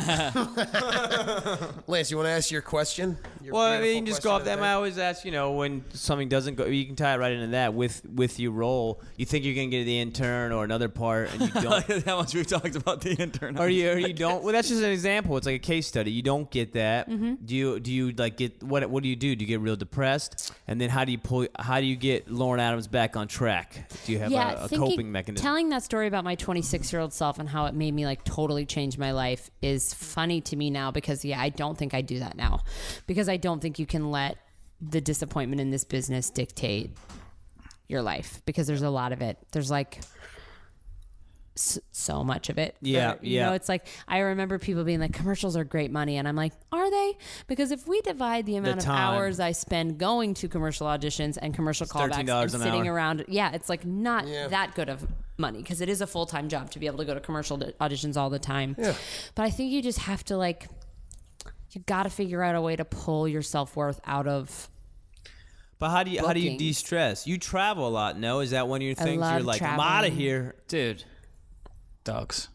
Speaker 2: Lance, you want to ask your question? Your
Speaker 3: Well, I
Speaker 2: beautiful
Speaker 3: mean, just go off
Speaker 2: question
Speaker 3: them. I always ask, you know, when something doesn't go, you can tie it right into that with with your role. You think you're gonna get the intern or another part, and you don't.
Speaker 4: that much we've talked about the intern.
Speaker 3: Or you, or you don't. Well, that's just an example. It's like a case study. You don't get that.
Speaker 5: Mm-hmm.
Speaker 3: Do you? Do you like get what? What do you do? Do you get real depressed? And then how do you pull? How do you get Lauren Adams back on track? Do you have a, a coping mechanism?
Speaker 5: Telling that story about my 26 year old self and how it made me like totally change my life is funny to me now because yeah, I don't think I do that now because I don't think you can let the disappointment in this business dictate your life because there's a lot of it. There's like s- so much of it.
Speaker 3: Yeah,
Speaker 5: you
Speaker 3: yeah.
Speaker 5: know, it's like I remember people being like, "Commercials are great money," and I'm like, "Are they?" Because if we divide the amount of
Speaker 3: time.
Speaker 5: hours I spend going to commercial auditions and commercial callbacks
Speaker 3: $13
Speaker 5: and
Speaker 3: an
Speaker 5: sitting
Speaker 3: hour.
Speaker 5: around, yeah, it's like not
Speaker 2: Yeah.
Speaker 5: that good of money because it is a full time job to be able to go to commercial d- auditions all the time. But I think you just have to like, you got to figure out a way to pull your self worth out of
Speaker 3: but how do you? How do you
Speaker 5: bookings.
Speaker 3: de-stress? You travel a lot. No, is that one of your
Speaker 5: I
Speaker 3: things? You're
Speaker 5: love
Speaker 3: like, I'm out of
Speaker 5: traveling.
Speaker 3: here.
Speaker 4: Dude, dogs.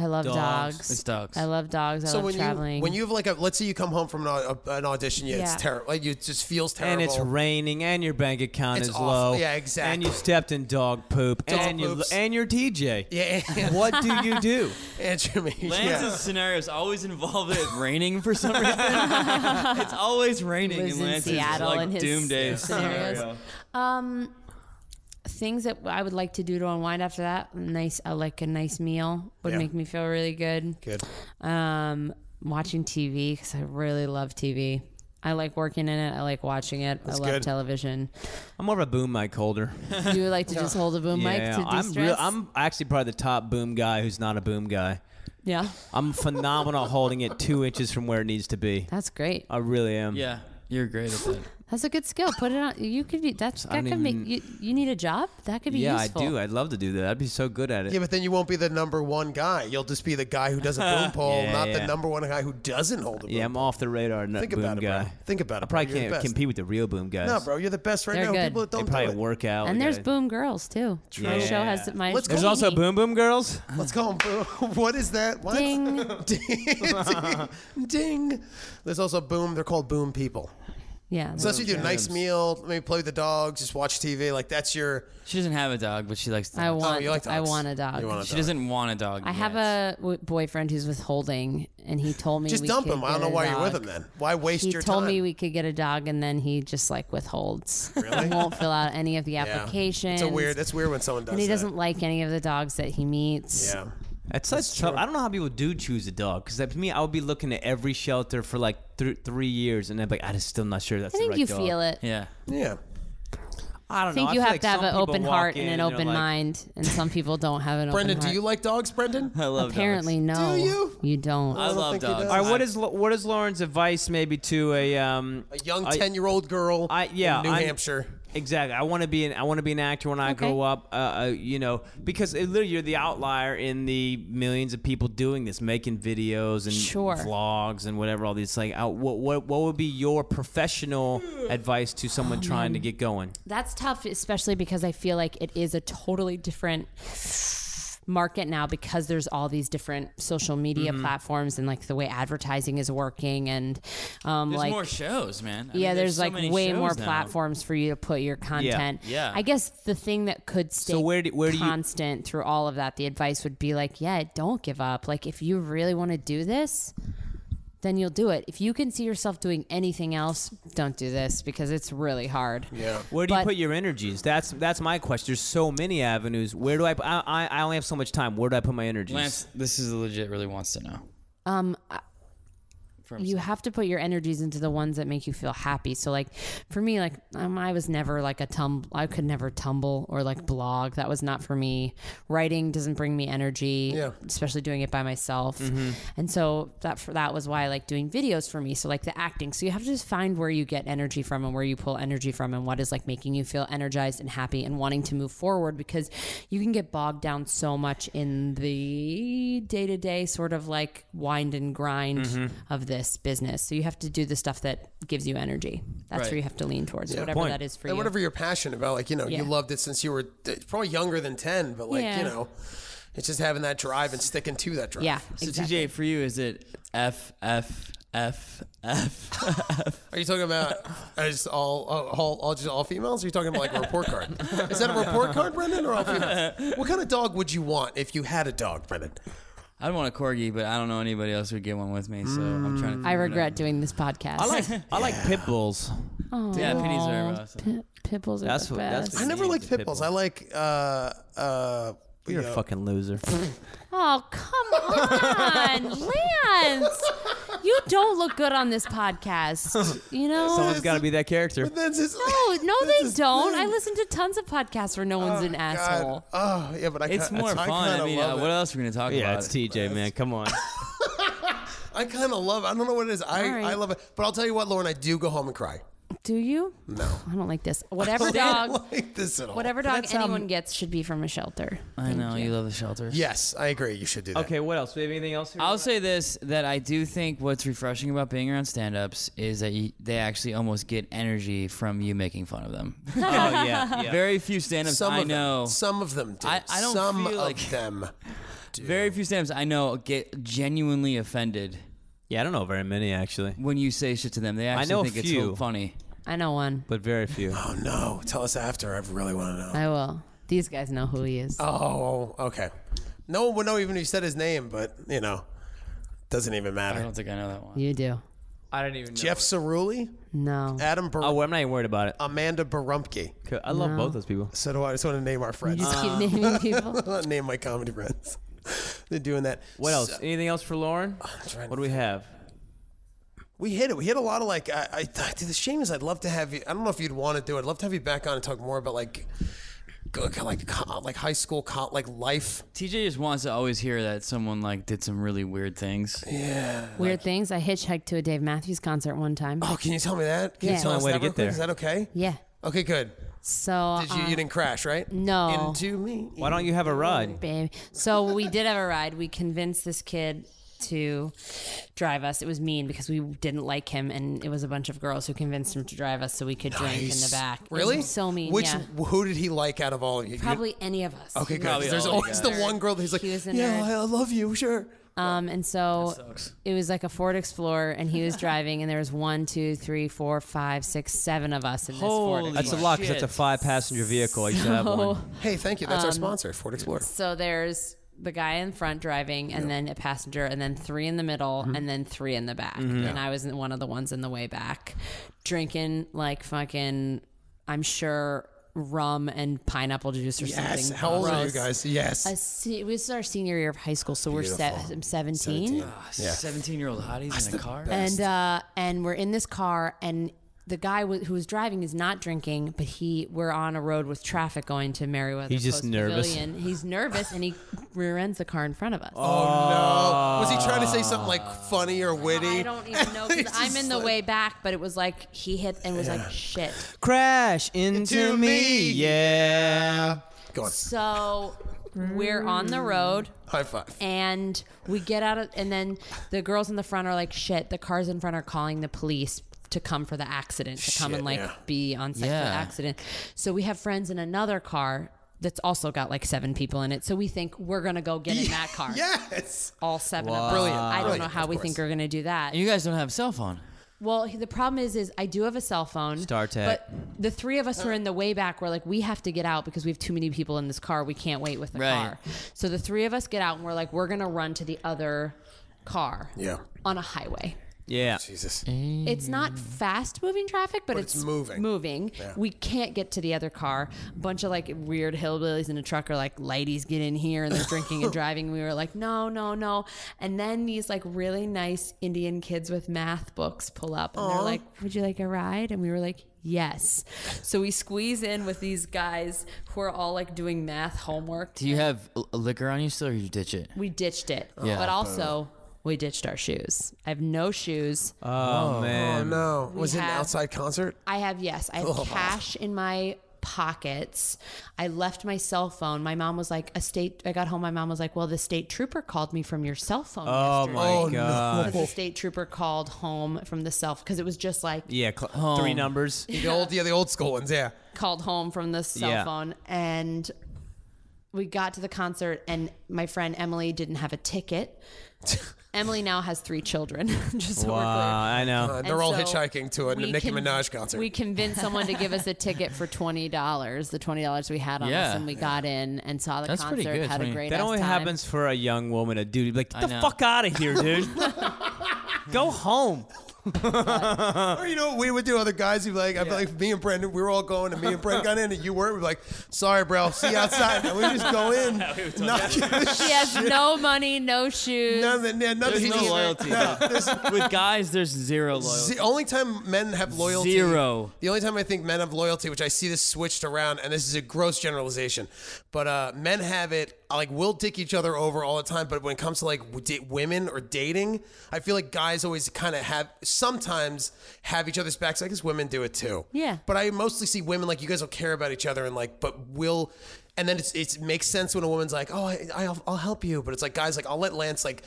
Speaker 5: I love dogs.
Speaker 3: Dogs.
Speaker 4: It's dogs.
Speaker 5: I love dogs. I
Speaker 2: So
Speaker 5: love
Speaker 2: when
Speaker 5: traveling.
Speaker 2: you when you have like a let's say you come home from an, au- an audition, yeah,
Speaker 5: Yeah.
Speaker 2: it's terrible. Like, it just feels
Speaker 3: And
Speaker 2: terrible.
Speaker 3: it's raining, and your bank account
Speaker 2: It's
Speaker 3: is
Speaker 2: awful.
Speaker 3: low.
Speaker 2: Yeah, exactly.
Speaker 3: And you stepped in dog poop,
Speaker 2: Dog
Speaker 3: and you
Speaker 2: poops.
Speaker 3: and your TJ.
Speaker 2: yeah.
Speaker 3: What do you do?
Speaker 2: Answer me.
Speaker 4: Lance's
Speaker 2: Yeah.
Speaker 4: scenarios always involve it raining for some reason. it's always raining
Speaker 5: lives
Speaker 4: in
Speaker 5: in
Speaker 4: Lance's
Speaker 5: Seattle
Speaker 4: like
Speaker 5: and his
Speaker 4: doom days.
Speaker 5: scenarios. Um, things that I would like to do to unwind after that. Nice, uh, like a nice meal would
Speaker 2: Yeah.
Speaker 5: make me feel really good.
Speaker 2: Good.
Speaker 5: Um, watching TV because I really love TV. I like working in it. I like watching it. I love
Speaker 2: good.
Speaker 5: television.
Speaker 3: I'm more of a boom mic holder.
Speaker 5: you would like to just hold a boom mic to de-stress?
Speaker 3: I'm real, I'm actually probably the top boom guy who's not a boom guy.
Speaker 5: yeah,
Speaker 3: I'm phenomenal holding it two inches from where it needs to be.
Speaker 5: that's great.
Speaker 3: I really am.
Speaker 4: Yeah, you're great at that.
Speaker 5: That's a good skill. Put it on. You could be. That's that
Speaker 3: don't
Speaker 5: could
Speaker 3: even-
Speaker 5: make you. You need a job. That could be
Speaker 3: Yeah,
Speaker 5: useful.
Speaker 3: I do. I'd love to do that. I'd be so good at it.
Speaker 2: Yeah, but then you won't be the number one guy. You'll just be the guy who does a boom pole,
Speaker 3: Yeah,
Speaker 2: not
Speaker 3: yeah.
Speaker 2: the number one guy who doesn't hold a boom.
Speaker 3: Yeah, I'm off the radar. Not
Speaker 2: Think
Speaker 3: boom
Speaker 2: about it, bro.
Speaker 3: guy.
Speaker 2: Think about
Speaker 3: I
Speaker 2: it, bro. You're
Speaker 3: probably
Speaker 2: the
Speaker 3: can't
Speaker 2: best.
Speaker 3: compete with the real boom guys.
Speaker 2: No, bro, you're the best right
Speaker 5: They're
Speaker 2: now.
Speaker 5: good.
Speaker 2: People that
Speaker 3: They
Speaker 2: don't do
Speaker 3: probably
Speaker 2: it.
Speaker 3: work out.
Speaker 5: And there's
Speaker 3: guys.
Speaker 5: boom girls too. My
Speaker 3: Yeah.
Speaker 5: show has my.
Speaker 2: Let's go.
Speaker 3: There's also boom boom girls.
Speaker 2: Let's go. Boom. What is that? What?
Speaker 5: Ding.
Speaker 2: ding, ding. There's also boom. They're called boom people.
Speaker 5: Yeah.
Speaker 2: So that's what you do. Nice meal, maybe play with the dogs, just watch TV. Like that's your.
Speaker 4: She doesn't have a dog, but she likes.
Speaker 5: I
Speaker 4: Dogs.
Speaker 5: want.
Speaker 2: Oh, you like
Speaker 5: I
Speaker 2: dogs.
Speaker 5: want a dog.
Speaker 2: You want a
Speaker 4: she doesn't want a dog.
Speaker 5: I have
Speaker 4: yet.
Speaker 5: a w- boyfriend who's withholding, and he told me
Speaker 2: Just
Speaker 5: we
Speaker 2: dump
Speaker 5: could
Speaker 2: him. I don't
Speaker 5: get
Speaker 2: know
Speaker 5: a
Speaker 2: why you're with
Speaker 5: dog.
Speaker 2: him then. Why waste
Speaker 5: He
Speaker 2: your
Speaker 5: told
Speaker 2: time?
Speaker 5: me we could get a dog, and then he just like withholds.
Speaker 2: Really?
Speaker 5: won't fill out any of the
Speaker 2: Yeah.
Speaker 5: applications.
Speaker 2: It's a weird. That's weird when someone does.
Speaker 5: And he
Speaker 2: that.
Speaker 5: doesn't like any of the dogs that he meets.
Speaker 2: Yeah.
Speaker 3: That's, that's tough. I don't know how people do choose a dog because to me, I would be looking at every shelter for like th- three years, and I'm like, I'm still not sure that's.
Speaker 5: I think
Speaker 3: the right
Speaker 5: you
Speaker 3: dog.
Speaker 5: feel it.
Speaker 4: Yeah.
Speaker 2: Yeah.
Speaker 3: I don't
Speaker 5: I
Speaker 3: know.
Speaker 5: think you
Speaker 3: feel
Speaker 5: have
Speaker 3: like
Speaker 5: to have
Speaker 3: some
Speaker 5: an
Speaker 3: people
Speaker 5: open
Speaker 3: walk
Speaker 5: heart
Speaker 3: in
Speaker 5: and an
Speaker 3: they're
Speaker 5: open
Speaker 3: like,
Speaker 5: mind, and some people don't have an
Speaker 2: Brendan,
Speaker 5: open heart.
Speaker 2: do you like dogs, Brendan?
Speaker 4: I love.
Speaker 5: Apparently, no.
Speaker 2: Do you?
Speaker 5: don't.
Speaker 4: dogs. I love
Speaker 2: think he
Speaker 4: dogs.
Speaker 2: does.
Speaker 3: All right, what is Lo- what is Lauren's advice maybe to a um
Speaker 2: A young
Speaker 3: I-
Speaker 2: ten-year-old girl.
Speaker 3: I- yeah,
Speaker 2: In New
Speaker 3: I'm-
Speaker 2: Hampshire.
Speaker 3: Exactly. I want to be an I want to be an actor when I
Speaker 5: Okay.
Speaker 3: grow up. Uh, uh, you know, because it, literally you're the outlier in the millions of people doing this, making videos and
Speaker 5: Sure.
Speaker 3: vlogs and whatever. All these like, out, what what what would be your professional advice to
Speaker 5: Oh,
Speaker 3: someone trying to get going?
Speaker 5: That's tough, especially because I feel like it is a totally different market now because there's all these different social media
Speaker 2: Mm-hmm.
Speaker 5: platforms and like the way advertising is working and um,
Speaker 4: There's
Speaker 5: like
Speaker 4: more shows, man. I
Speaker 5: yeah,
Speaker 4: mean,
Speaker 5: there's,
Speaker 4: so
Speaker 5: like
Speaker 4: many
Speaker 5: way
Speaker 4: shows
Speaker 5: more
Speaker 4: now.
Speaker 5: platforms for you to put your content.
Speaker 4: Yeah.
Speaker 5: I guess the thing that could stay
Speaker 3: where do- where do you-
Speaker 5: constant through all of that, the advice would be like, yeah, don't give up. Like if you really want to do this, then you'll do it. If you can see yourself doing anything else, don't do this because it's really hard.
Speaker 2: Yeah.
Speaker 3: Where do you
Speaker 5: But-
Speaker 3: put your energies? That's that's my question. There's so many avenues. Where do I, I I- I only have so much time. Where do I put my energies?
Speaker 4: Lance, this is legit. Really wants to know.
Speaker 5: you have to put your energies into the ones that make you feel happy. So like for me, like um, I was never like a tumble. I could never tumble or like blog. That was not for me. Writing doesn't bring me energy,
Speaker 2: Yeah.
Speaker 5: especially doing it by myself. And so that for that was why I like doing videos for me. So like the acting. So you have to just find where you get energy from and where you pull energy from and what is like making you feel energized and happy and wanting to move forward because you can get bogged down so much in the day to day sort of like wind and grind of this business. So you have to do the stuff that gives you energy. That's
Speaker 4: Right.
Speaker 5: where you have to lean towards, whatever
Speaker 3: point.
Speaker 5: that is for
Speaker 2: and
Speaker 5: you.
Speaker 2: whatever you're passionate about, like you know,
Speaker 5: Yeah.
Speaker 2: you loved it since you were it's probably younger than ten, but like
Speaker 5: Yeah.
Speaker 2: you know, it's just having that drive and sticking to that drive.
Speaker 5: yeah,
Speaker 4: So
Speaker 5: exactly.
Speaker 4: TJ, for you, is it F F F F?
Speaker 2: Are you talking about as all all all just all females? Are you talking about like a report card? Is that a report card, Brendan, or all females? What kind of dog would you want if you had a dog, Brendan?
Speaker 4: I'd want a corgi, but I don't know anybody else who'd get one with me, so I'm trying to.
Speaker 5: Mm. I regret doing this podcast.
Speaker 3: I like I like pit bulls.
Speaker 4: Yeah, pennies are awesome.
Speaker 5: Pi- pit bulls are
Speaker 3: That's
Speaker 5: the
Speaker 3: what- that's
Speaker 5: best.
Speaker 3: what-
Speaker 2: I never
Speaker 3: He's a
Speaker 2: liked pit
Speaker 3: pit
Speaker 2: bulls.
Speaker 3: bull.
Speaker 2: I like uh uh.
Speaker 3: You're a fucking loser.
Speaker 5: Oh, come on, Lance. You don't look good on this podcast. You know?
Speaker 3: Someone's got to be that character.
Speaker 2: That's his,
Speaker 5: No, no,
Speaker 2: that's
Speaker 5: they
Speaker 2: his
Speaker 5: don't. I
Speaker 2: thing.
Speaker 5: listen to tons of podcasts where no one's an
Speaker 2: God.
Speaker 5: asshole.
Speaker 2: Oh yeah, but I
Speaker 4: It's
Speaker 2: kinda-
Speaker 4: more fun.
Speaker 2: I,
Speaker 4: I,
Speaker 2: kinda
Speaker 4: mean,
Speaker 2: love
Speaker 4: uh,
Speaker 2: it.
Speaker 4: what else are we gonna talk
Speaker 3: Yeah,
Speaker 4: about?
Speaker 3: it's TJ, man. Come on.
Speaker 2: I kind of love. It. I don't know what it is. I,
Speaker 5: All right.
Speaker 2: I love it. But I'll tell you what, Lauren, I do go home and cry.
Speaker 5: Do you? No. I don't like this. Whatever
Speaker 2: I
Speaker 5: dog,
Speaker 2: don't like this at all.
Speaker 5: whatever dog
Speaker 3: That's, um,
Speaker 5: anyone gets should be from a shelter.
Speaker 4: I know Oh, you. love the shelter.
Speaker 2: Yes, I agree. You should do that.
Speaker 3: Okay, what else? Do we have anything else? Here?
Speaker 4: I'll say this that I do think what's refreshing about being around stand-ups is that you, they actually almost get energy from you making fun of them.
Speaker 3: oh yeah, yeah.
Speaker 4: Very few stand-ups
Speaker 2: Some
Speaker 4: I
Speaker 2: of
Speaker 4: know.
Speaker 2: them. Some of them do.
Speaker 4: I- I don't
Speaker 2: Some
Speaker 4: feel
Speaker 2: of
Speaker 4: like-
Speaker 2: them.
Speaker 4: Very few stand-ups I know get genuinely offended
Speaker 3: yeah, I don't know very many actually,
Speaker 4: when you say shit to them. They actually
Speaker 3: know a
Speaker 4: think it's
Speaker 3: few.
Speaker 4: so funny.
Speaker 5: I know one.
Speaker 3: but very few.
Speaker 2: Oh no! Tell us after. I really want to know.
Speaker 5: I will. These guys know who he is.
Speaker 2: Oh, okay. No one would know even if you said his name, but you know, doesn't even
Speaker 4: I
Speaker 2: matter.
Speaker 4: don't think I know that one.
Speaker 5: You do.
Speaker 3: I don't even know.
Speaker 2: Jeff Cerulli,
Speaker 5: No.
Speaker 2: Adam Bar-
Speaker 3: Oh, well, I'm not even worried about it.
Speaker 2: Amanda Barumpke.
Speaker 3: Co- I love both those people.
Speaker 2: So do I. I just want to name our friends.
Speaker 5: Just keep naming people.
Speaker 2: name my comedy friends. They're doing that.
Speaker 3: What else?
Speaker 2: So-
Speaker 3: Anything else for Lauren?
Speaker 2: trying
Speaker 3: What do we have?
Speaker 2: we hit it. We hit a lot of like. I, I, the shame is, I'd love to have you. I don't know if you'd want to do it. I'd love to have you back on and talk more about like, go- go- like, co- like high school, co- like life.
Speaker 4: TJ just wants to always hear that someone like did some really weird things.
Speaker 5: Weird things. I hitchhiked to a Dave Matthews concert one time.
Speaker 2: Oh, can you tell me that? Can
Speaker 5: Yeah.
Speaker 2: you tell
Speaker 5: Only
Speaker 2: us
Speaker 3: way to
Speaker 2: that real
Speaker 3: get
Speaker 2: quick?
Speaker 3: there.
Speaker 2: Is that okay?
Speaker 5: Yeah.
Speaker 2: Okay, good.
Speaker 5: So
Speaker 2: Did you? you didn't crash, right?
Speaker 5: no.
Speaker 2: Into me.
Speaker 3: Why don't you have a ride?
Speaker 5: baby. So we did have a ride. We convinced this kid to drive us. It was mean because we didn't like him, and it was a bunch of girls who convinced him to drive us so we could drink in the back. It
Speaker 2: Really?
Speaker 5: was so mean.
Speaker 2: Which
Speaker 5: yeah.
Speaker 2: who did he like out of all of you? You-
Speaker 5: Probably any of us.
Speaker 2: Okay,
Speaker 5: He
Speaker 2: good.
Speaker 5: was
Speaker 2: There's
Speaker 5: a
Speaker 2: always the
Speaker 5: nerd.
Speaker 2: one girl that he's like,
Speaker 5: He was a
Speaker 2: yeah,
Speaker 5: nerd.
Speaker 2: I I love you, sure.
Speaker 5: Um, and so it was like a Ford Explorer, and he was driving, and there was one, two, three, four, five, six, seven of us in this Ford.
Speaker 4: Holy
Speaker 5: Explorer.
Speaker 3: That's a lot because that's a
Speaker 4: Shit.
Speaker 3: five passenger vehicle. I used to have one.
Speaker 2: Hey, thank you. That's
Speaker 5: Um,
Speaker 2: our sponsor, Ford Explorer.
Speaker 5: So there's the guy in front driving, and then a passenger, and then three in the middle,
Speaker 2: Mm-hmm.
Speaker 5: and then three in the back. And I was in- one of the ones in the way back, drinking like fucking, I'm sure rum and pineapple juice or
Speaker 2: Yes.
Speaker 5: something.
Speaker 2: How old are you
Speaker 5: gross.
Speaker 2: guys? Yes.
Speaker 5: A se- it was our senior year of high school, so we're se-
Speaker 2: Beautiful.
Speaker 5: I'm 17
Speaker 2: Yeah.
Speaker 4: 17 year old hotties in a car.
Speaker 5: and uh, and we're in this car and the guy w- who was driving is not drinking but he we're on a road with traffic going to Merriweather
Speaker 3: He's just
Speaker 5: Post
Speaker 3: nervous.
Speaker 5: Pavilion. he's nervous and he rear ends the car in front of us
Speaker 2: Oh no! Was he trying to say something like funny or witty?
Speaker 5: I don't even know
Speaker 2: He's
Speaker 5: because
Speaker 2: just
Speaker 5: I'm in the
Speaker 2: like-
Speaker 5: way back, but it was like he hit and was like, shit.
Speaker 3: Crash into
Speaker 2: Into
Speaker 3: me.
Speaker 2: me.
Speaker 3: Yeah.
Speaker 2: Go on.
Speaker 5: So we're on the road
Speaker 2: High five.
Speaker 5: and we get out of, and then the girls in the front are like, shit, the cars in front are calling the police to come for the accident, to come
Speaker 2: Shit,
Speaker 5: and like
Speaker 2: yeah.
Speaker 5: be on site for
Speaker 4: Yeah.
Speaker 5: the accident. So we have friends in another car that's also got like seven people in it. So we think we're going to go get in that car.
Speaker 2: Yes.
Speaker 5: All seven of us.
Speaker 2: Brilliant,
Speaker 5: I don't know
Speaker 2: brilliant,
Speaker 5: how
Speaker 2: of
Speaker 5: we
Speaker 2: course.
Speaker 5: think we're going to do that.
Speaker 4: you guys don't have a cell phone.
Speaker 5: Well, he- the problem is, is I do have a cell phone.
Speaker 3: StarTech.
Speaker 5: But the three of us were in the way back. We're like, we have to get out because we have too many people in this car. We can't wait with the
Speaker 4: Right.
Speaker 5: car. So the three of us get out and we're like, we're gonna run to the other car.
Speaker 2: Yeah.
Speaker 5: On a highway.
Speaker 3: Yeah.
Speaker 2: Jesus.
Speaker 5: It's not fast moving traffic, but,
Speaker 2: it's moving.
Speaker 5: Moving. We can't get to the other car. A bunch of like weird hillbillies in a truck are like, "Ladies, get in here!" And they're drinking and driving. We were like, "No, no, no!" And then these like really nice Indian kids with math books pull up, and they're like, "Would you like a ride?" And we were like. Yes. So we squeeze in with these guys who are all like doing math homework.
Speaker 4: Do you have l- liquor on you still, or you ditch it?
Speaker 5: We ditched it.
Speaker 4: Yeah.
Speaker 5: But also, we ditched our shoes. I have no shoes.
Speaker 3: Oh, man.
Speaker 2: Oh no! Was it an
Speaker 5: have-
Speaker 2: outside concert?
Speaker 5: I have yes. I have cash in my pockets. I left my cell phone. My mom was like, "A state." I got home. My mom was like, "Well, the state trooper called me from your cell phone."
Speaker 3: Oh
Speaker 5: yesterday.
Speaker 3: my
Speaker 2: Oh, no.
Speaker 3: god.
Speaker 5: 'Cause The state trooper called home from the cell because it was just like
Speaker 3: Yeah. Cl- three numbers.
Speaker 2: The old, yeah, the old school ones. Yeah.
Speaker 5: called home from the cell
Speaker 3: Yeah.
Speaker 5: phone and. We got to the concert, and my friend Emily didn't have a ticket. Emily now has three children. just so we're
Speaker 3: Wow.
Speaker 5: clear.
Speaker 3: I know.
Speaker 2: Uh, they're
Speaker 5: And
Speaker 2: all
Speaker 5: so
Speaker 2: hitchhiking to a
Speaker 5: we
Speaker 2: Nicki
Speaker 5: con-
Speaker 2: Minaj concert.
Speaker 5: We convinced someone to give us a ticket for twenty dollars, the twenty dollars we had on
Speaker 4: Yeah.
Speaker 5: us, and we got in and saw the
Speaker 4: That's pretty
Speaker 5: concert.
Speaker 4: good,
Speaker 5: Had a
Speaker 4: 20.
Speaker 5: great.
Speaker 3: That
Speaker 5: ass
Speaker 3: only
Speaker 5: time.
Speaker 3: happens for a young woman, a dude. Like, get the
Speaker 4: know.
Speaker 3: fuck out of here, dude. Go home.
Speaker 2: Or you know, what we would do other guys. Who like, I'd be like, me and Brendan, we were all going, and me and Brendan got in, and you weren't. We'd be like, sorry, bro, see you outside. And we just go in, not give a shit.
Speaker 5: She has no money, no shoes.
Speaker 2: Nothing, yeah, nothing.
Speaker 4: There's no
Speaker 2: Just-
Speaker 4: loyalty.
Speaker 2: No, there's-
Speaker 4: With guys, there's zero loyalty.
Speaker 2: the only time men have loyalty.
Speaker 4: Zero.
Speaker 2: The only time I think men have loyalty, which I see this switched around, and this is a gross generalization, but uh, men have it. Like we'll dick each other over all the time, but when it comes to like w- da- women or dating, I feel like guys always kind of have sometimes have each other's backs. I guess women do it too.
Speaker 5: Yeah.
Speaker 2: But I mostly see women like you guys will care about each other and like, but will. And then it's, it's, it makes sense when a woman's like, "Oh, I, I'll, I'll help you," but it's like, guys, like I'll let Lance like,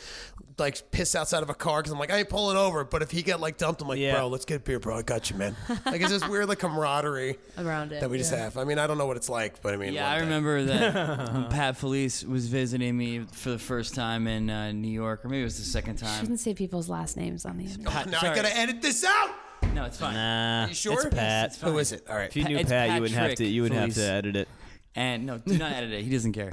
Speaker 2: like piss outside of a car because I'm like, I ain't pulling over. But if he got like dumped, I'm like,
Speaker 3: Yeah.
Speaker 2: bro, let's get a beer, bro. I got you, man. Like it's this weird like camaraderie
Speaker 5: Around it,
Speaker 2: that we just have. I mean, I don't know what it's like, but I mean,
Speaker 4: Yeah,
Speaker 2: one
Speaker 4: I
Speaker 2: day.
Speaker 4: remember that when Pat Felice was visiting me for the first time in uh, New York, or maybe it was the second time.
Speaker 5: Shouldn't say people's last names on the internet.
Speaker 4: Pat,
Speaker 2: now I
Speaker 4: sorry.
Speaker 2: gotta edit this out.
Speaker 4: No, it's fine.
Speaker 3: Nah.
Speaker 2: You sure?
Speaker 3: It's Pat.
Speaker 2: Who is it? All right.
Speaker 3: If you
Speaker 4: Pa-
Speaker 3: knew
Speaker 4: it's
Speaker 3: Pat, you wouldn't have to.
Speaker 4: Patrick
Speaker 3: You wouldn't have
Speaker 4: Felice.
Speaker 3: to edit it.
Speaker 4: And no, do not edit it. He doesn't care.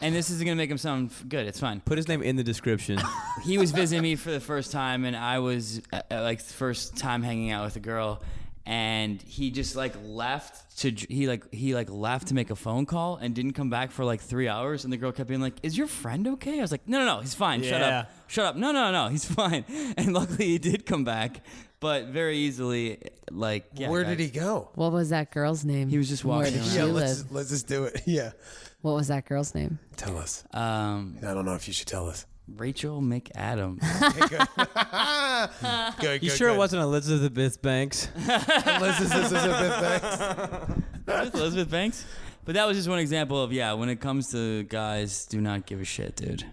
Speaker 4: and this isn't gonna make him sound f- good. It's fine.
Speaker 3: Put his name in the description.
Speaker 4: he was visiting me for the first time, and I was uh, uh, like the first time hanging out with a girl, and he just like left to dr- he like he like left to make a phone call and didn't come back for like three hours, and the girl kept being like, "Is your friend okay?" I was like, "No, no, no, he's fine. Shut
Speaker 3: Yeah.
Speaker 4: up, shut up. No, no, no, he's fine." And luckily, he did come back, but very easily, like yeah,
Speaker 2: Where
Speaker 4: guys.
Speaker 2: did he go?
Speaker 5: What was that girl's name?
Speaker 4: He was just
Speaker 5: Where
Speaker 4: walking
Speaker 5: did
Speaker 4: around.
Speaker 5: she
Speaker 2: Yeah,
Speaker 5: live?
Speaker 2: let's let's just do it. Yeah,
Speaker 5: What was that girl's name?
Speaker 2: tell us.
Speaker 4: Um,
Speaker 2: I don't know if you should tell us.
Speaker 4: Rachel McAdam.
Speaker 2: Good,
Speaker 3: You
Speaker 2: good,
Speaker 3: sure
Speaker 2: good.
Speaker 3: it wasn't Elizabeth Banks?
Speaker 2: Elizabeth- Elizabeth Banks?
Speaker 4: Elizabeth- Elizabeth Banks. But that was just one example of yeah. When it comes to guys, do not give a shit, dude.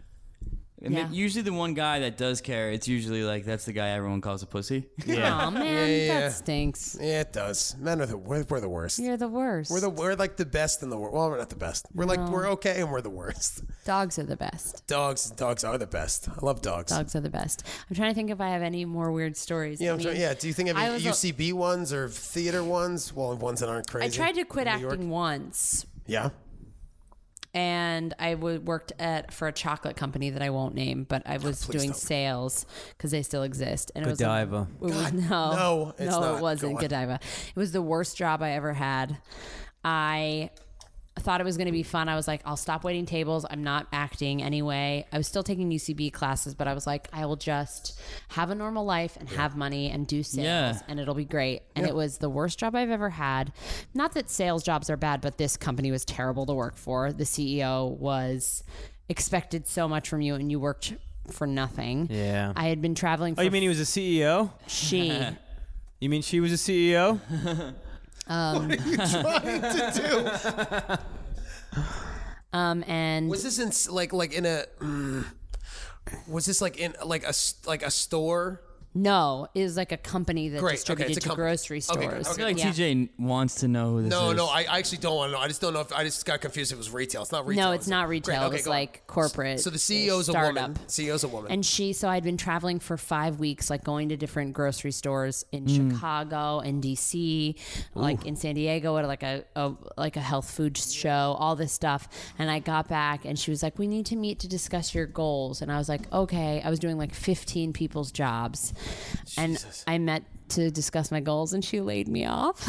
Speaker 4: I mean,
Speaker 5: Yeah.
Speaker 4: usually the one guy that does care, it's usually like that's the guy everyone calls a pussy.
Speaker 5: Yeah. Oh man,
Speaker 2: Yeah, yeah, yeah.
Speaker 5: that stinks.
Speaker 2: Yeah, it does. Men are the we're, we're the worst.
Speaker 5: You're the worst.
Speaker 2: We're the we're like the best in the world. Well, we're not the best. We're like we're okay and we're the worst.
Speaker 5: Dogs are the best.
Speaker 2: Dogs dogs are the best. I love dogs.
Speaker 5: Dogs are the best. I'm trying to think if I have any more weird stories.
Speaker 2: Yeah,
Speaker 5: I
Speaker 2: I'm trying,
Speaker 5: mean,
Speaker 2: yeah. Do you think of
Speaker 5: I
Speaker 2: any
Speaker 5: was a-
Speaker 2: UCB ones or theater ones? Well, ones that aren't crazy.
Speaker 5: I tried to quit
Speaker 2: in New York?
Speaker 5: acting once,
Speaker 2: Yeah.
Speaker 5: and I w- worked at for a chocolate company that I won't name, but I was doing sales because they still exist. And it was the-
Speaker 3: Godiva.
Speaker 5: it was- no,
Speaker 2: no, it's
Speaker 5: no,
Speaker 2: not.
Speaker 5: it
Speaker 2: Go
Speaker 5: wasn't
Speaker 2: on.
Speaker 5: Godiva. It was the worst job I ever had. I thought it was going to be fun. I was like, I'll stop waiting tables. I'm not acting anyway. I was still taking UCB classes, but I was like, I will just have a normal life and have money and do sales
Speaker 4: Yeah.
Speaker 5: and it'll be great. And it was the worst job I've ever had. Not that sales jobs are bad, but this company was terrible to work for. The CEO was expected so much from you and you worked for nothing.
Speaker 3: Yeah.
Speaker 5: I had been traveling for
Speaker 3: Oh, you mean he was a CEO?
Speaker 5: she
Speaker 3: You mean she was a E CEO?
Speaker 5: um and
Speaker 2: Was this in s- like like in a? mm, was this like in like a s- like a store?
Speaker 5: No, it was like a company that
Speaker 2: Great, okay,
Speaker 5: distributed
Speaker 2: it's a
Speaker 5: to
Speaker 2: company.
Speaker 5: grocery
Speaker 2: Okay, good,
Speaker 5: stores.
Speaker 4: I feel like
Speaker 5: Yeah.
Speaker 4: TJ wants to know who this
Speaker 2: No,
Speaker 4: is.
Speaker 2: no. I, I actually don't want to know. I just don't know if I just got confused. If it was retail. It's not retail.
Speaker 5: No,
Speaker 2: is
Speaker 5: it's
Speaker 2: it?
Speaker 5: not retail.
Speaker 2: Great, okay,
Speaker 5: it was
Speaker 2: go on.
Speaker 5: like corporate.
Speaker 2: So the CEO's a
Speaker 5: startup.
Speaker 2: woman. CEO's a woman.
Speaker 5: And she, so I'd been traveling for five weeks, like going to different grocery stores in
Speaker 3: Mm.
Speaker 5: Chicago and DC, like in San Diego at like a, a like a health food show, all this stuff. And I got back, and she was like, "We need to meet to discuss your goals." And I was like, "Okay." I was doing like 15 people's jobs, and I met to discuss my goals, and she laid me off.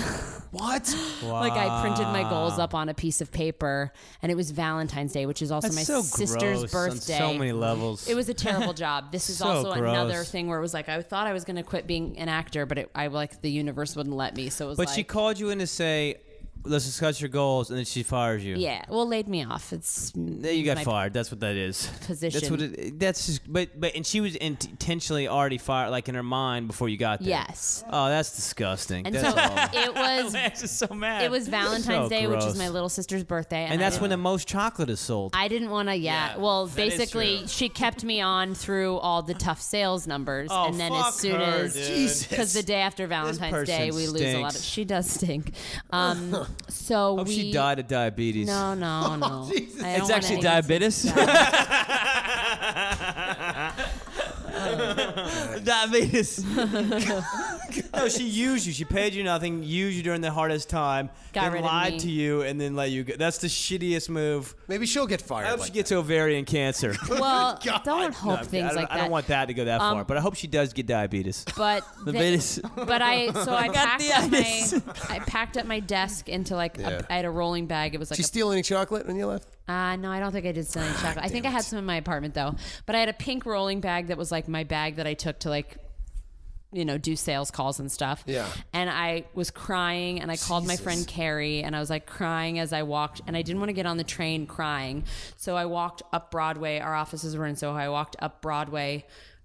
Speaker 2: what?
Speaker 5: Like I printed my goals up on a piece of paper, and it was Valentine's Day, which is also
Speaker 3: That's
Speaker 5: my
Speaker 3: so
Speaker 5: sister's
Speaker 3: gross
Speaker 5: birthday.
Speaker 3: on so many levels.
Speaker 5: It was a terrible job. This is
Speaker 3: So
Speaker 5: also
Speaker 3: gross.
Speaker 5: another thing where it was like I thought I was going to quit being an actor, but it, I like the universe wouldn't let me. So it was.
Speaker 3: but
Speaker 5: like,
Speaker 3: she called you in to say, "Let's discuss your goals," and then she fires you.
Speaker 5: Yeah, well, laid me off. It's
Speaker 3: Then you got
Speaker 5: my
Speaker 3: fired. That's what that is. That's
Speaker 5: Position.
Speaker 3: what it. That's just. But but and she was intentionally already fired, like in her mind before you got there.
Speaker 5: Yes.
Speaker 3: Oh, that's disgusting.
Speaker 5: And
Speaker 3: that's
Speaker 5: so
Speaker 3: horrible.
Speaker 5: it was.
Speaker 3: I'm just so mad.
Speaker 5: It was Valentine's
Speaker 3: So
Speaker 5: Day, which
Speaker 3: gross.
Speaker 5: is my little sister's birthday,
Speaker 3: And
Speaker 5: I
Speaker 3: that's
Speaker 5: didn't-
Speaker 3: when the most chocolate is sold.
Speaker 5: I didn't want to. Yeah.
Speaker 4: Yeah,
Speaker 5: Well,
Speaker 4: that is
Speaker 5: basically,
Speaker 4: true.
Speaker 5: she kept me on through all the tough sales numbers,
Speaker 3: Oh,
Speaker 5: and then
Speaker 3: fuck
Speaker 5: as soon
Speaker 3: her,
Speaker 5: as
Speaker 3: dude.
Speaker 5: because the day after Valentine's Day,
Speaker 3: person
Speaker 5: we lose a lot of.
Speaker 3: stinks.
Speaker 5: She does stink. Um, so
Speaker 3: Hope
Speaker 5: we
Speaker 3: she Oh, died of diabetes.
Speaker 5: No, no, no. I don't
Speaker 4: It's actually
Speaker 5: wanna-
Speaker 4: diabetes. diabetes.
Speaker 3: No, she used you. She paid you nothing, used you during the hardest time,
Speaker 5: Got
Speaker 3: then
Speaker 5: rid of
Speaker 3: lied
Speaker 5: me.
Speaker 3: to you, and then let you go. That's the shittiest move.
Speaker 2: Maybe she'll get fired.
Speaker 3: I hope
Speaker 2: like
Speaker 3: she
Speaker 2: that.
Speaker 3: gets ovarian cancer.
Speaker 5: Well,
Speaker 2: God,
Speaker 5: don't hope
Speaker 3: I
Speaker 5: things
Speaker 3: don't,
Speaker 5: like
Speaker 3: I don't
Speaker 5: that. Um,
Speaker 3: want that to go that far, but I hope she does get diabetes.
Speaker 5: but the
Speaker 4: Diabetes.
Speaker 5: but I so I packed up my
Speaker 4: diabetes.
Speaker 5: I packed up my desk into like
Speaker 2: Yeah.
Speaker 5: a, I had a rolling bag. It was like
Speaker 2: Did you
Speaker 5: a
Speaker 2: steal any chocolate when you left?
Speaker 5: Uh, no, I don't think I did stealing chocolate. I think I had some in my apartment though. But I had a pink rolling bag that was like my bag that I took to like, you know, do sales calls and stuff.
Speaker 2: Yeah.
Speaker 5: And I was crying, and I called my friend Carrie, and I was like crying as I walked, and I didn't want to get on the train crying, so I walked up Broadway. Our offices were in Soho. I walked up Broadway,